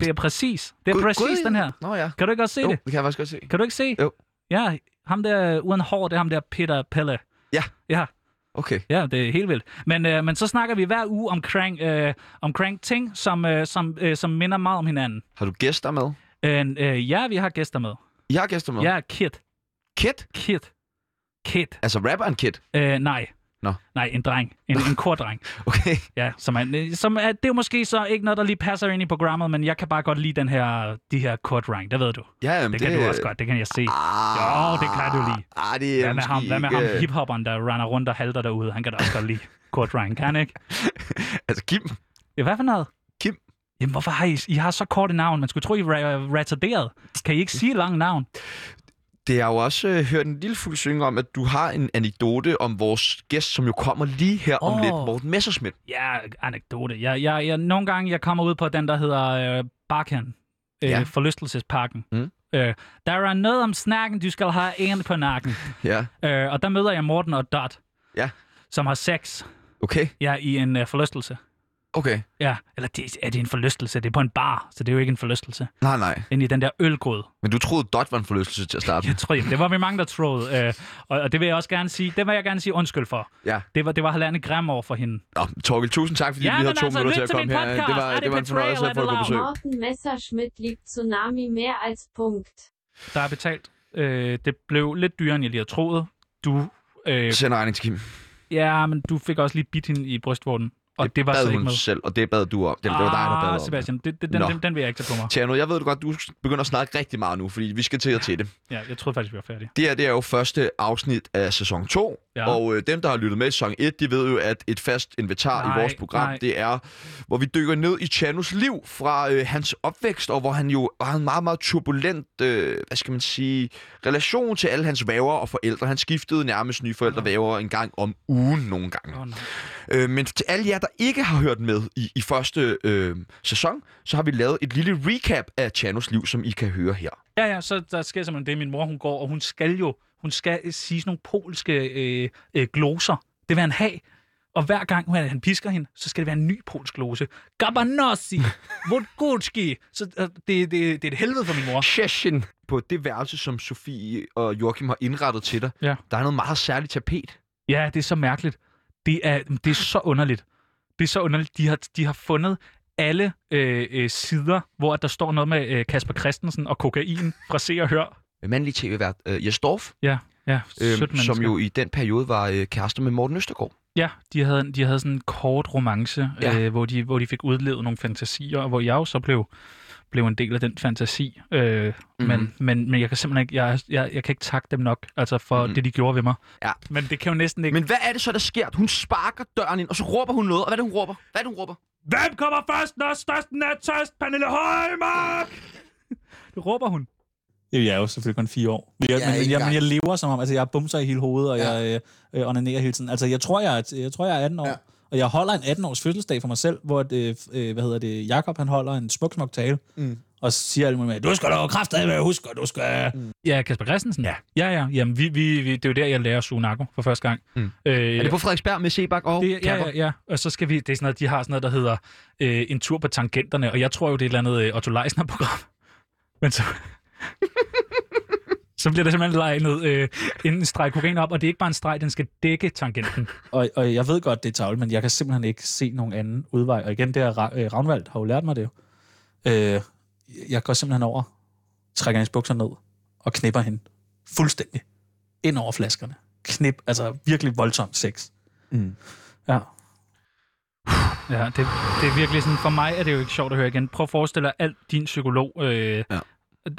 [SPEAKER 2] Det er præcis. Det er
[SPEAKER 1] Gud-
[SPEAKER 2] præcis
[SPEAKER 1] Gud-
[SPEAKER 2] den her.
[SPEAKER 1] Nå ja.
[SPEAKER 2] Kan du ikke også se
[SPEAKER 1] Jo,
[SPEAKER 2] det?
[SPEAKER 1] det kan jeg faktisk godt se.
[SPEAKER 2] Kan du ikke se?
[SPEAKER 1] Jo.
[SPEAKER 2] Ja, ham der øh, uden hår, det er ham der Peter Pelle.
[SPEAKER 1] Ja.
[SPEAKER 2] Ja,
[SPEAKER 1] Okay.
[SPEAKER 2] ja, det er helt vildt. Men, øh, men så snakker vi hver uge omkring, øh, omkring ting, som, øh, som, øh, som minder meget om hinanden.
[SPEAKER 1] Har du gæster med?
[SPEAKER 2] Øh, øh, ja, vi har gæster med.
[SPEAKER 1] I har gæster med?
[SPEAKER 2] Ja, Kit.
[SPEAKER 1] Kid?
[SPEAKER 2] Kit. Kit.
[SPEAKER 1] Altså rapperen Kid?
[SPEAKER 2] Øh, nej.
[SPEAKER 1] Nå.
[SPEAKER 2] Nej, en dreng. En, en kordreng.
[SPEAKER 1] Okay.
[SPEAKER 2] Ja, som er, øh, som er, det er måske så ikke noget, der lige passer ind i programmet, men jeg kan bare godt lide den her, de her kordreng. Det ved du.
[SPEAKER 1] Ja, jamen,
[SPEAKER 2] Det, det kan du også godt. Det kan jeg se.
[SPEAKER 1] Ah,
[SPEAKER 2] Jo, det kan du lide.
[SPEAKER 1] Ah, det er
[SPEAKER 2] Hvad med
[SPEAKER 1] måske
[SPEAKER 2] ham, hvad med ham
[SPEAKER 1] ikke-
[SPEAKER 2] hiphopperen, der render rundt og halter derude? Han kan da også godt lide Kurt Ryan, kan han ikke?
[SPEAKER 1] Altså Kim?
[SPEAKER 2] Ja, hvad for noget?
[SPEAKER 1] Kim.
[SPEAKER 2] Jamen, hvorfor har I, I har så korte navn? Man skulle tro, I var retarderet. Kan I ikke sige lange navn?
[SPEAKER 1] Det har jeg jo også øh, hørt en lille fuld synge om, at du har en anekdote om vores gæst, som jo kommer lige her om
[SPEAKER 2] Åh.
[SPEAKER 1] lidt, Morten Messerschmidt.
[SPEAKER 2] Ja, anekdote. Jeg, jeg, jeg, nogle gange, jeg kommer ud på den, der hedder øh, Barkan. Øh,
[SPEAKER 1] Ja.
[SPEAKER 2] Forlystelsesparken.
[SPEAKER 1] Mm.
[SPEAKER 2] Øh, der er noget om snakken, du skal have en på nakken.
[SPEAKER 1] Ja,
[SPEAKER 2] øh, og der møder jeg Morten og Dot,
[SPEAKER 1] Ja.
[SPEAKER 2] som har sex
[SPEAKER 1] okay,
[SPEAKER 2] ja, i en øh, forlystelse.
[SPEAKER 1] okay.
[SPEAKER 2] Ja, eller det, er det en forlystelse? Det er på en bar, så det er jo ikke en forlystelse.
[SPEAKER 1] Nej, nej.
[SPEAKER 2] ind i den der ølgryde.
[SPEAKER 1] Men du troede, Dot var en forlystelse til at starte med.
[SPEAKER 2] Jeg tror, det var vi mange, der troede. Øh, og, og det vil jeg også gerne sige, det vil jeg gerne sige undskyld for.
[SPEAKER 1] Ja.
[SPEAKER 2] Det var, det var halvandet grim over for hende.
[SPEAKER 1] Nå, Torgild, tusind tak, fordi
[SPEAKER 2] Ja,
[SPEAKER 1] vi lige
[SPEAKER 2] men
[SPEAKER 1] havde to
[SPEAKER 2] altså,
[SPEAKER 1] minutter
[SPEAKER 2] lyt
[SPEAKER 1] til at
[SPEAKER 2] til
[SPEAKER 1] komme
[SPEAKER 2] min
[SPEAKER 1] her.
[SPEAKER 2] podcast.
[SPEAKER 1] Det var,
[SPEAKER 2] Er det
[SPEAKER 1] det var en
[SPEAKER 2] Betrayal
[SPEAKER 1] fornøjelse at få
[SPEAKER 2] eller
[SPEAKER 1] dig på
[SPEAKER 2] Love?
[SPEAKER 1] besøg.
[SPEAKER 5] Morten Messerschmidt liebt Tsunami mehr als Punkt.
[SPEAKER 2] Der er betalt. Øh, det blev lidt dyrere, end jeg lige havde troet. Du, øh,
[SPEAKER 1] Send regning til Kim.
[SPEAKER 2] ja, men du fik også lige bidt hende i brystvorten. Og det, var
[SPEAKER 1] bad
[SPEAKER 2] så ikke
[SPEAKER 1] hun
[SPEAKER 2] med. Ah,
[SPEAKER 1] selv, og det bad du om. Det, det var dig, der bad om. det.
[SPEAKER 2] Sebastian, det, det, den,
[SPEAKER 1] Nå.
[SPEAKER 2] den, den, vil jeg ikke tage på mig.
[SPEAKER 1] Tjerno, jeg ved du godt, du begynder at snakke rigtig meget nu, fordi vi skal til at til det.
[SPEAKER 2] Ja, jeg troede faktisk, vi var færdige.
[SPEAKER 1] Det her det er jo første afsnit af sæson 2,
[SPEAKER 2] Ja.
[SPEAKER 1] og øh, dem, der har lyttet med i sæson 1, de ved jo, at et fast inventar
[SPEAKER 2] Nej,
[SPEAKER 1] i vores program,
[SPEAKER 2] nej.
[SPEAKER 1] det er, hvor vi dykker ned i Chanos liv fra øh, hans opvækst, og hvor han jo har en meget, meget turbulent, øh, hvad skal man sige, relation til alle hans væver og forældre. Han skiftede nærmest nye forældre væver en gang om ugen nogle gange.
[SPEAKER 2] Åh, nej.
[SPEAKER 1] Øh, men til alle jer, der ikke har hørt med i, i første øh, sæson, så har vi lavet et lille recap af Chanos liv, som I kan høre her.
[SPEAKER 2] Ja, ja, så der sker simpelthen det, min mor hun går, og hun skal jo, hun skal øh, sige sådan nogle polske øh, øh, gloser. Det vil han have. Og hver gang hun- han pisker hende, så skal det være en ny polsk glose. Gabanossi, Vodgutski. Så øh, det, det, det er et helvede for min mor.
[SPEAKER 1] session på det værelse, som Sofie og Joachim har indrettet til dig.
[SPEAKER 2] Ja.
[SPEAKER 1] Der er noget meget særligt tapet.
[SPEAKER 2] Ja, det er så mærkeligt. Det er, det er så underligt. Det er så underligt. De har, de har fundet alle øh, øh, sider, hvor at der står noget med øh, Kasper Christensen og kokain fra Se og Hør.
[SPEAKER 10] Mandlig tv-vært øh, Jes Dorf,
[SPEAKER 2] Ja, ja.
[SPEAKER 10] øh,
[SPEAKER 2] sødt
[SPEAKER 10] som
[SPEAKER 2] menneske.
[SPEAKER 10] jo i den periode var øh, kærester med Morten Østergaard.
[SPEAKER 2] Ja, de havde, de havde sådan en kort romance,
[SPEAKER 10] Ja.
[SPEAKER 2] ja. øh, hvor, de, hvor de fik udlevet nogle fantasier, og hvor jeg jo så blev, blev en del af den fantasi. Øh,
[SPEAKER 10] Mhm.
[SPEAKER 2] mm-hmm. men, men, men jeg kan simpelthen ikke, jeg, jeg, jeg kan ikke takke dem nok altså for mm-hmm. det, de gjorde ved mig.
[SPEAKER 10] Mhm. Ja.
[SPEAKER 2] Men det kan jo næsten ikke...
[SPEAKER 10] Men hvad er det så, der sker? Hun sparker døren ind, og så råber hun noget. Og hvad er det, hun råber? Hvad er det, hun råber?
[SPEAKER 2] Hvem kommer først, når størsten er tørst? Pernille Højmark! det råber hun.
[SPEAKER 4] Jamen, Jeg er jo selvfølgelig kun fire år. Jeg,
[SPEAKER 10] er
[SPEAKER 4] ja, men,
[SPEAKER 10] ikke
[SPEAKER 4] jeg, men
[SPEAKER 10] gammel.
[SPEAKER 4] jeg lever som om, altså jeg er bumser i hele hovedet, og ja. jeg øh, øh, onanerer hele tiden. Altså jeg tror, jeg er, jeg tror, jeg er 18 år. Ja. Og jeg holder en 18-års fødselsdag for mig selv, hvor et, øh, øh, hvad hedder det, Jakob han holder en smuk, smuk tale. Mm. Og siger alle mulige med, du skal da kraft af, jeg husker, du skal... Mm.
[SPEAKER 2] Ja, Kasper Christensen? Ja. Ja, ja. Jamen, vi, vi, vi, det er jo der, jeg lærer at suge narko for første gang. Mm. Øh,
[SPEAKER 10] Er det på Frederiksberg med Sebak og
[SPEAKER 2] Det, ja,
[SPEAKER 10] Kapper?
[SPEAKER 2] ja, ja. Og så skal vi, det er sådan noget, de har sådan noget, der hedder øh, en tur på tangenterne, og jeg tror jo, det er et eller andet øh, Otto Leisner-program. Men så... så bliver der simpelthen legnet øh, en streg kokain op, og det er ikke bare en streg, den skal dække tangenten.
[SPEAKER 4] Og, og jeg ved godt, det er tavle, men jeg kan simpelthen ikke se nogen anden udvej. Og igen, det er Ra- øh, Ravnvald har jo lært mig det jo. Øh, jeg går simpelthen over, trækker hendes bukser ned og knipper hende fuldstændig ind over flaskerne. Knip, altså virkelig voldsom sex. Mm. Ja.
[SPEAKER 2] Ja, det, det er virkelig sådan, for mig er det jo ikke sjovt at høre igen. Prøv at forestille dig, alt din psykolog, øh, ja.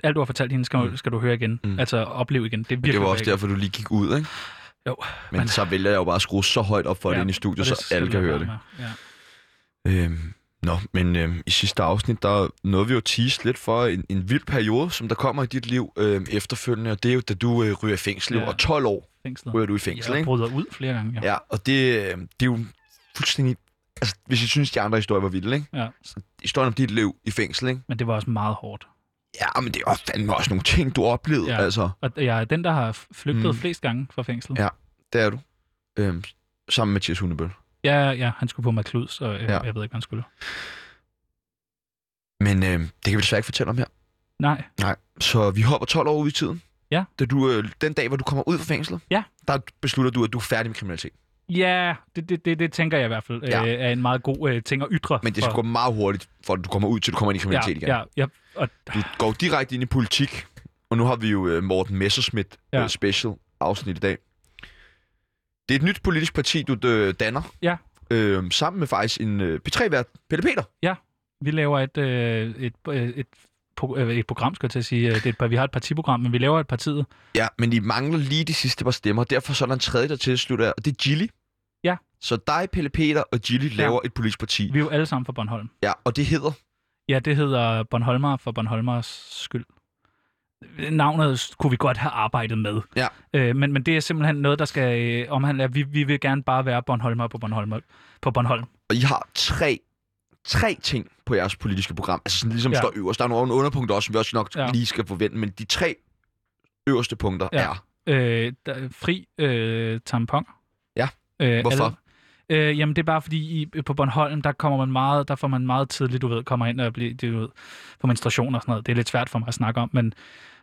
[SPEAKER 2] alt du har fortalt hende, skal, skal du høre igen. Mm. Altså opleve igen. Det er virkelig
[SPEAKER 1] Det var også
[SPEAKER 2] ubehageligt.
[SPEAKER 1] derfor, du lige gik ud, ikke?
[SPEAKER 2] Jo,
[SPEAKER 1] Men, Men så vælger jeg jo bare at skrue så højt op for ja, det inde i studiet,
[SPEAKER 2] og det
[SPEAKER 1] så
[SPEAKER 2] skal
[SPEAKER 1] alle
[SPEAKER 2] du
[SPEAKER 1] kan
[SPEAKER 2] lade
[SPEAKER 1] høre det.
[SPEAKER 2] være med. Ja.
[SPEAKER 1] Øhm, nå, men øhm, i sidste afsnit, der nåede vi jo at tease lidt for en, en vild periode, som der kommer i dit liv øhm, efterfølgende, og det er jo, da du øh, ryger i fængsel, ja.
[SPEAKER 2] Ja.
[SPEAKER 1] og 12 år
[SPEAKER 2] Fængslet.
[SPEAKER 1] ryger du i fængsel,
[SPEAKER 2] Jeg
[SPEAKER 1] ikke?
[SPEAKER 2] bryder ud flere gange. Ja.
[SPEAKER 1] Ja, og det, øh, det er jo fuldstændig... Altså, hvis I synes, de andre historier var vilde, ikke?
[SPEAKER 2] ja.
[SPEAKER 1] Historien om dit liv i fængsel, ikke?
[SPEAKER 2] Men det var også meget hårdt.
[SPEAKER 1] Ja, men det er jo fandme også nogle ting, du oplevede, ja.
[SPEAKER 2] Ja.
[SPEAKER 1] altså.
[SPEAKER 2] Og jeg er den, der har flygtet
[SPEAKER 1] Mm.
[SPEAKER 2] mm. flest gange fra fængslet.
[SPEAKER 1] Ja. Det er du. Øhm, sammen med Mathias Hundebøl.
[SPEAKER 2] Ja, ja, han skulle på McLuds, og øh,
[SPEAKER 1] Ja.
[SPEAKER 2] ja. jeg ved ikke, hvad han skulle.
[SPEAKER 1] Men øhm, det kan vi desværre ikke fortælle om her.
[SPEAKER 2] Nej,
[SPEAKER 1] Nej. Så vi hopper 12 år ud i tiden.
[SPEAKER 2] Ja.
[SPEAKER 1] Da du, øh, den dag, hvor du kommer ud fra fængslet,
[SPEAKER 2] Ja.
[SPEAKER 1] der beslutter du, at du er færdig med kriminalitet.
[SPEAKER 2] ja, det, det, det, det tænker jeg i hvert fald
[SPEAKER 1] Ja.
[SPEAKER 2] ja. øh, er en meget god øh, ting at ytre.
[SPEAKER 1] Men det skal gå
[SPEAKER 2] for-
[SPEAKER 1] meget hurtigt, for at du kommer ud, til du kommer ind i
[SPEAKER 2] ja,
[SPEAKER 1] kriminalitet igen.
[SPEAKER 2] ja, ja, og
[SPEAKER 1] Du går direkte ind i politik, og nu har vi jo øh, Morten Messerschmidt ja.
[SPEAKER 2] Ja.
[SPEAKER 1] øh, special afsnit i dag. Det er et nyt politisk parti, du øh, danner.
[SPEAKER 2] Ja.
[SPEAKER 1] Øh, sammen med faktisk en øh, P3-vært, Pelle Peter.
[SPEAKER 2] vi laver et, øh, et, øh, et, pro- øh, et program, skal jeg til at sige. øh, Det er et, par- vi har et partiprogram, men vi laver et partiet.
[SPEAKER 1] Ja, men I mangler lige de sidste par stemmer, derfor så er der en tredje, der tilslutter jer, og det er Gilly.
[SPEAKER 2] Ja.
[SPEAKER 1] Så dig, Pelle Peter og Gilly laver et politisk parti.
[SPEAKER 2] Vi er jo alle sammen fra Bornholm.
[SPEAKER 1] Ja, og det hedder...
[SPEAKER 2] Ja, det hedder Bornholmer for Bornholmers skyld. Navnet kunne vi godt have arbejdet med.
[SPEAKER 1] Ja.
[SPEAKER 2] Øh, men, men det er simpelthen noget, der skal øh, omhandle, at vi, vi vil gerne bare være Bornholmer på Bornholm. På Bornholm.
[SPEAKER 1] Og I har tre, tre ting på jeres politiske program, altså sådan ligesom ja.
[SPEAKER 2] Ja.
[SPEAKER 1] står øverst. Der er nogle underpunkter også, som vi også nok ja.
[SPEAKER 2] Ja.
[SPEAKER 1] lige skal forvente, men de tre øverste punkter ja.
[SPEAKER 2] Ja.
[SPEAKER 1] er...
[SPEAKER 2] Øh, der, fri øh, tampon.
[SPEAKER 1] Ja.
[SPEAKER 2] Øh,
[SPEAKER 1] Hvorfor?
[SPEAKER 2] Alle, øh, jamen, det er bare fordi, i, på Bornholm, der, kommer man meget, der får man meget tidligt, du ved, kommer ind og bliver, du ved, får menstruation og sådan noget. Det er lidt svært for mig at snakke om, men...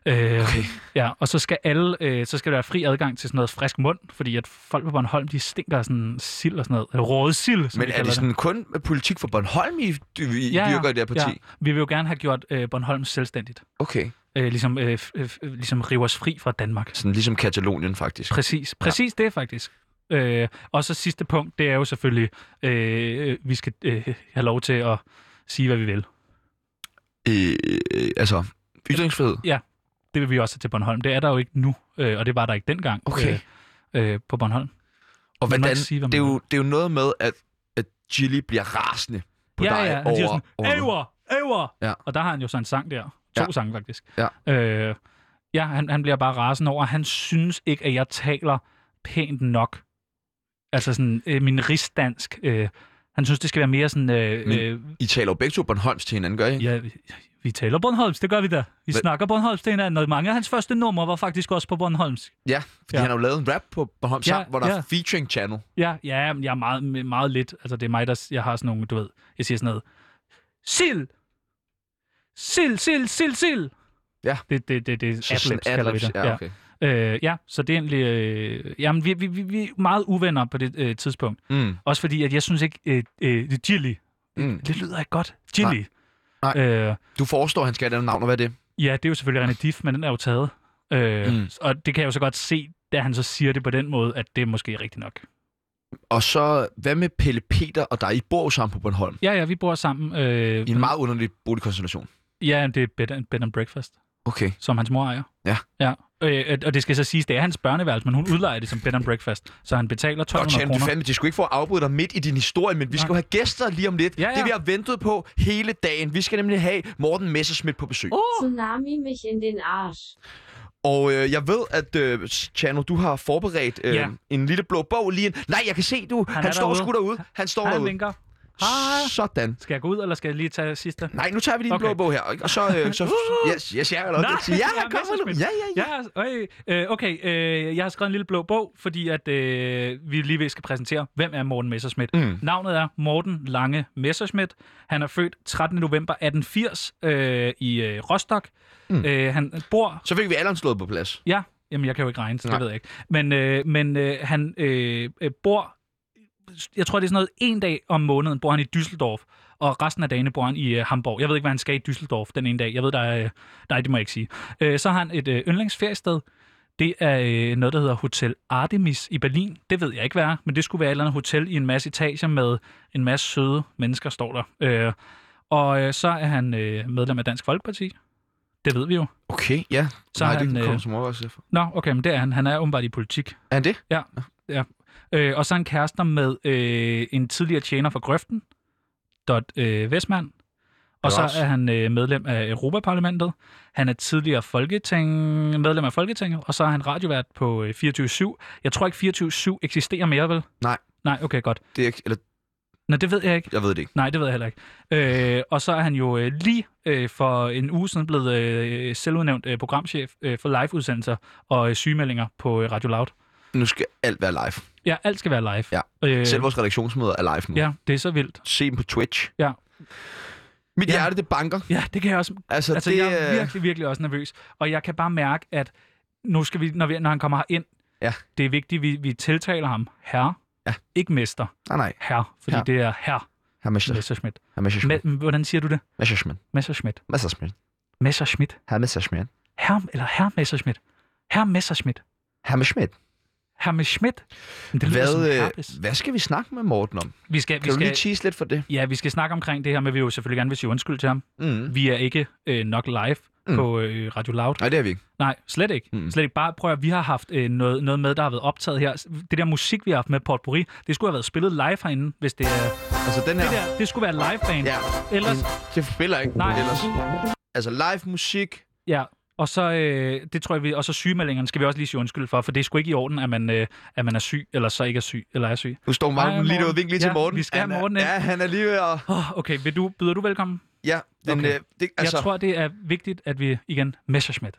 [SPEAKER 2] Øh, okay. Ja, og så skal alle, øh, så skal der være fri adgang til sådan noget frisk mund, fordi at folk på Bornholm, de stinker af sådan sild og sådan noget. Eller Rådsild, som
[SPEAKER 1] Men
[SPEAKER 2] vi
[SPEAKER 1] er
[SPEAKER 2] kalder
[SPEAKER 1] det sådan kun politik for Bornholm, I, I ja, dyrker i det her parti? Ja.
[SPEAKER 2] Vi vil jo gerne have gjort øh, Bornholm selvstændigt.
[SPEAKER 1] Okay,
[SPEAKER 2] Øh, ligesom, øh, f- øh, f- ligesom rive os fri fra Danmark.
[SPEAKER 1] sådan ligesom Katalonien faktisk.
[SPEAKER 2] Præcis, præcis ja. det faktisk. Øh, og så sidste punkt, det er jo selvfølgelig, øh, vi skal øh, have lov til at sige, hvad vi vil.
[SPEAKER 1] Øh, øh, altså, ytringsfrihed.
[SPEAKER 2] Det vil vi også have til Bornholm. Det er der jo ikke nu, øh, og det var der ikke dengang
[SPEAKER 1] Okay.
[SPEAKER 2] øh, øh, på Bornholm.
[SPEAKER 1] Og
[SPEAKER 2] Man må
[SPEAKER 1] hvordan,
[SPEAKER 2] ikke sige, hvad
[SPEAKER 1] det, er
[SPEAKER 2] man
[SPEAKER 1] jo, det er jo noget med, at, at Gilly bliver rasende på
[SPEAKER 2] ja,
[SPEAKER 1] dig
[SPEAKER 2] ja, han
[SPEAKER 1] over...
[SPEAKER 2] siger sådan,
[SPEAKER 1] over noget.
[SPEAKER 2] æver, æver!
[SPEAKER 1] Ja.
[SPEAKER 2] Og der har han jo så en sang der. To
[SPEAKER 1] Ja.
[SPEAKER 2] ja. sange faktisk.
[SPEAKER 1] Ja.
[SPEAKER 2] Øh, ja, han, han bliver bare rasende over, han synes ikke, at jeg taler pænt nok. Altså sådan, øh, min rigsdansk, øh, han synes, det skal være mere sådan... Øh,
[SPEAKER 1] Men-
[SPEAKER 2] øh,
[SPEAKER 1] I taler jo begge to Bornholms til hinanden, gør I?
[SPEAKER 2] Ja, vi, vi taler Bornholms, det gør vi da. Vi
[SPEAKER 1] Hvad-
[SPEAKER 2] snakker Bornholms til hinanden, og mange af hans første numre var faktisk også på Bornholms.
[SPEAKER 1] ja fordi
[SPEAKER 2] Ja.
[SPEAKER 1] han har jo lavet en rap på Bornholm
[SPEAKER 2] Ja,
[SPEAKER 1] ja, hvor der er
[SPEAKER 2] ja.
[SPEAKER 1] featuring channel.
[SPEAKER 2] Ja, ja, men jeg er meget, meget lidt. Altså, det er mig, der s- jeg har sådan nogle, du ved, jeg siger sådan noget. Sild! Sild, sild, sild, sild!
[SPEAKER 1] Ja.
[SPEAKER 2] Det, det, det, det
[SPEAKER 1] Så
[SPEAKER 2] er
[SPEAKER 1] sådan
[SPEAKER 2] adlibs, kalder vi
[SPEAKER 1] adlibs,
[SPEAKER 2] det.
[SPEAKER 1] Ja, okay.
[SPEAKER 2] Øh, ja, så det er egentlig... Øh, jamen, vi, vi, vi, vi er meget uvenner på det øh, tidspunkt.
[SPEAKER 11] Mm.
[SPEAKER 2] Også fordi, at jeg synes ikke, øh, øh, det Gilly, mm. det lyder ikke godt. Gilly.
[SPEAKER 1] Nej.
[SPEAKER 2] Øh,
[SPEAKER 1] Du forestår, at han skal have et andet navn, og hvad er det?
[SPEAKER 2] ja, det er jo selvfølgelig René Diff, men den er jo taget. Øh,
[SPEAKER 1] Mm.
[SPEAKER 2] mm. Og det kan jeg jo så godt se, da han så siger det på den måde, at det er måske rigtigt nok.
[SPEAKER 1] Og så, hvad med Pelle Peter og dig? I bor jo sammen på Bornholm.
[SPEAKER 2] Ja, ja, vi bor sammen. Øh,
[SPEAKER 1] I en meget underlig boligkonstellation.
[SPEAKER 2] Ja, det er bed and, bed and breakfast.
[SPEAKER 1] Okay.
[SPEAKER 2] som hans mor ejer.
[SPEAKER 1] Ja.
[SPEAKER 2] ja. Øh, og det skal så siges, det er hans børneværelse, men hun udlejer det som bed and breakfast, så han betaler
[SPEAKER 1] Godt,
[SPEAKER 2] 1200
[SPEAKER 1] Jan, du
[SPEAKER 2] kroner.
[SPEAKER 1] fandme, de skulle ikke få at afbryde dig midt i din historie, men vi skal jo have gæster lige om lidt.
[SPEAKER 2] Ja, ja.
[SPEAKER 1] Det vi har ventet på hele dagen. Vi skal nemlig have Morten Messerschmidt på besøg.
[SPEAKER 5] Tsunami mich in den Arsch.
[SPEAKER 1] Og øh, jeg ved, at øh, Chano, du har forberedt øh,
[SPEAKER 2] Ja.
[SPEAKER 1] en lille blå bog lige en... Nej, jeg kan se, du... Han,
[SPEAKER 2] er
[SPEAKER 1] han står
[SPEAKER 2] derude.
[SPEAKER 1] sgu derude. Han står
[SPEAKER 2] Han
[SPEAKER 1] derude.
[SPEAKER 2] vinker. Hej.
[SPEAKER 1] Sådan.
[SPEAKER 2] Skal jeg gå ud, eller skal jeg lige tage sidste?
[SPEAKER 1] Nej, nu tager vi din
[SPEAKER 2] Okay.
[SPEAKER 1] blå bog her, og- og så... Øh, så yes, yes, ja, eller
[SPEAKER 2] Nej,
[SPEAKER 1] Så Ja,
[SPEAKER 2] jeg
[SPEAKER 1] han
[SPEAKER 2] er
[SPEAKER 1] kommer nu.
[SPEAKER 2] Messerschmidt.
[SPEAKER 1] Ja, ja, ja.
[SPEAKER 2] Ja, øj, øh, okay, øh, jeg har skrevet en lille blå bog, fordi at øh, vi lige ved skal præsentere, hvem er Morten Messerschmidt.
[SPEAKER 1] Mm.
[SPEAKER 2] Navnet er Morten Lange Messerschmidt. Han er født 13. november 1880 øh, i øh, Rostock.
[SPEAKER 1] Mm.
[SPEAKER 2] Mm. Øh, han bor
[SPEAKER 1] Så fik vi alderen slået på plads.
[SPEAKER 2] Ja, jamen jeg kan jo ikke regne, så
[SPEAKER 1] Nej.
[SPEAKER 2] det ved jeg ikke. Men, øh, men øh, han øh, øh, bor, jeg tror det er sådan noget, en dag om måneden bor han i Düsseldorf, og resten af dagene bor han i øh, Hamburg. Jeg ved ikke, hvad han skal i Düsseldorf den ene dag. Jeg ved, der er, øh, nej, det må jeg ikke sige. Øh, så har han et øh, yndlingsferiested. Det er øh, noget, der hedder Hotel Artemis i Berlin. Det ved jeg ikke, hvad er, men det skulle være et eller andet hotel i en masse etager med en masse søde mennesker, står der. Øh, og øh, så er han øh, medlem af Dansk Folkeparti. Det ved vi jo.
[SPEAKER 1] Okay, ja.
[SPEAKER 2] Så
[SPEAKER 1] Nej,
[SPEAKER 2] er han,
[SPEAKER 1] det
[SPEAKER 2] øh,
[SPEAKER 1] kom som overraskelse. for-
[SPEAKER 2] Nå, okay, men det er han. Han er åbenbart i politik.
[SPEAKER 1] Er han det?
[SPEAKER 2] Øh, og så en kærester med øh, en tidligere tjener for Grøften, Dot øh, Vestmand. Og så
[SPEAKER 1] Bevares.
[SPEAKER 2] er han øh, medlem af Europaparlamentet. Han er tidligere folketing, medlem af Folketinget, og så er han radiovært på øh, 24-7. Jeg tror ikke, 24-7 eksisterer mere, vel?
[SPEAKER 1] Nej.
[SPEAKER 2] Nej, okay, godt.
[SPEAKER 1] det er, ikke- eller,
[SPEAKER 2] Nå, det ved jeg ikke.
[SPEAKER 1] jeg ved det ikke.
[SPEAKER 2] Nej, det ved jeg heller ikke. Øh, og så er han jo øh, lige øh, for en uge siden blevet øh, selvudnævnt øh, programchef øh, for liveudsendelser og øh, sygemeldinger på øh, Radio Loud.
[SPEAKER 1] Nu skal alt være live.
[SPEAKER 2] Ja, alt skal være live.
[SPEAKER 1] Ja.
[SPEAKER 2] Øh,
[SPEAKER 1] Selv vores redaktionsmøder er live nu.
[SPEAKER 2] Ja, det er så vildt.
[SPEAKER 1] Se dem på Twitch.
[SPEAKER 2] Ja.
[SPEAKER 1] Mit
[SPEAKER 2] Ja.
[SPEAKER 1] hjerte, det banker.
[SPEAKER 2] Ja, det kan jeg også.
[SPEAKER 1] Altså,
[SPEAKER 2] Altså,
[SPEAKER 1] det,
[SPEAKER 2] det, jeg
[SPEAKER 1] øh,
[SPEAKER 2] er virkelig, virkelig også nervøs. Og jeg kan bare mærke, at nu skal vi, når, vi, når han kommer ind,
[SPEAKER 1] Ja.
[SPEAKER 2] det er vigtigt, vi, vi tiltaler ham herre.
[SPEAKER 1] Ja.
[SPEAKER 2] Ikke mester,
[SPEAKER 1] Nej, nej.
[SPEAKER 2] herre. Fordi
[SPEAKER 1] Herre.
[SPEAKER 2] det er herre
[SPEAKER 1] Herr Messerschmidt.
[SPEAKER 2] Messerschmidt.
[SPEAKER 1] Herr Messerschmidt.
[SPEAKER 2] Me- hvordan siger du det?
[SPEAKER 1] Messerschmidt.
[SPEAKER 2] Messerschmidt.
[SPEAKER 1] Messerschmidt.
[SPEAKER 2] Messerschmidt.
[SPEAKER 1] Herr Messerschmidt.
[SPEAKER 2] Herre, eller herre Messerschmidt. Herre Messerschmidt.
[SPEAKER 1] Herr Messerschmidt.
[SPEAKER 2] Herre Messerschmidt. Men Det lyder
[SPEAKER 1] Hvad,
[SPEAKER 2] som
[SPEAKER 1] øh,
[SPEAKER 2] herpes.
[SPEAKER 1] hvad skal vi snakke med Morten om?
[SPEAKER 2] Vi skal, vi
[SPEAKER 1] Kan du lige
[SPEAKER 2] skal,
[SPEAKER 1] tease lidt for det?
[SPEAKER 2] ja, vi skal snakke omkring det her med, at vi jo selvfølgelig gerne vil sige undskyld til ham.
[SPEAKER 1] Mm.
[SPEAKER 2] Vi er ikke øh, nok live
[SPEAKER 1] Mm.
[SPEAKER 2] mm. på øh, Radio Loud.
[SPEAKER 1] Nej, det er vi ikke.
[SPEAKER 2] Nej, slet ikke.
[SPEAKER 1] Mm.
[SPEAKER 2] Mm. Slet ikke. Bare prøv at vi har haft øh, noget, noget med, der har været optaget her. Det der musik, vi har haft med Potpourri, det skulle have været spillet live herinde, hvis det er...
[SPEAKER 1] Altså, den her...
[SPEAKER 2] Det, der, det skulle være liveband.
[SPEAKER 1] Ja.
[SPEAKER 2] Ellers...
[SPEAKER 1] Det spiller ikke
[SPEAKER 2] Nej.
[SPEAKER 1] ellers. Altså, live musik.
[SPEAKER 2] Ja. Og så, øh, det tror jeg, vi, og så sygemeldingerne skal vi også lige sige undskyld for, for det er sgu ikke i orden, at man, øh, at man er syg, eller så ikke er syg, eller er syg.
[SPEAKER 1] Nu står Marken
[SPEAKER 2] Hej,
[SPEAKER 1] lige
[SPEAKER 2] Morten.
[SPEAKER 1] derude. Vink lige
[SPEAKER 2] Ja,
[SPEAKER 1] til Morten.
[SPEAKER 2] vi skal have
[SPEAKER 1] han er,
[SPEAKER 2] Morten ind.
[SPEAKER 1] Ja, han er lige ved at...
[SPEAKER 2] Oh, okay, vil du, byder du velkommen?
[SPEAKER 1] Ja, den, øh, det,
[SPEAKER 2] Okay. Altså...
[SPEAKER 1] altså,
[SPEAKER 2] Jeg tror, det er vigtigt, at vi igen... Messerschmidt.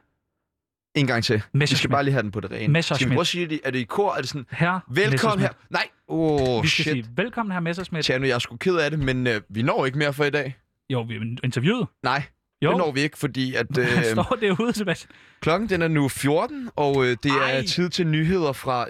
[SPEAKER 1] en gang til. Vi skal
[SPEAKER 2] Messerschmidt.
[SPEAKER 1] bare lige have den på det rene. Skal vi
[SPEAKER 2] Messerschmidt.
[SPEAKER 1] prøve at sige, det? er det i kor? Er det sådan,
[SPEAKER 2] Herre
[SPEAKER 1] velkommen her?
[SPEAKER 2] Messerschmidt.
[SPEAKER 1] Nej, åh, oh,
[SPEAKER 2] vi skal
[SPEAKER 1] shit.
[SPEAKER 2] sige, velkommen her Messerschmidt.
[SPEAKER 1] Tjerno, jeg er sgu ked af det, men øh, vi når ikke mere for i dag.
[SPEAKER 2] Jo, vi er interviewet.
[SPEAKER 1] Nej,
[SPEAKER 2] Jo,
[SPEAKER 1] det når vi ikke, fordi at
[SPEAKER 2] han
[SPEAKER 1] øh,
[SPEAKER 2] står derude, Sebastian.
[SPEAKER 1] klokken den er nu 14, og øh, det er
[SPEAKER 2] Ej.
[SPEAKER 1] tid til nyheder fra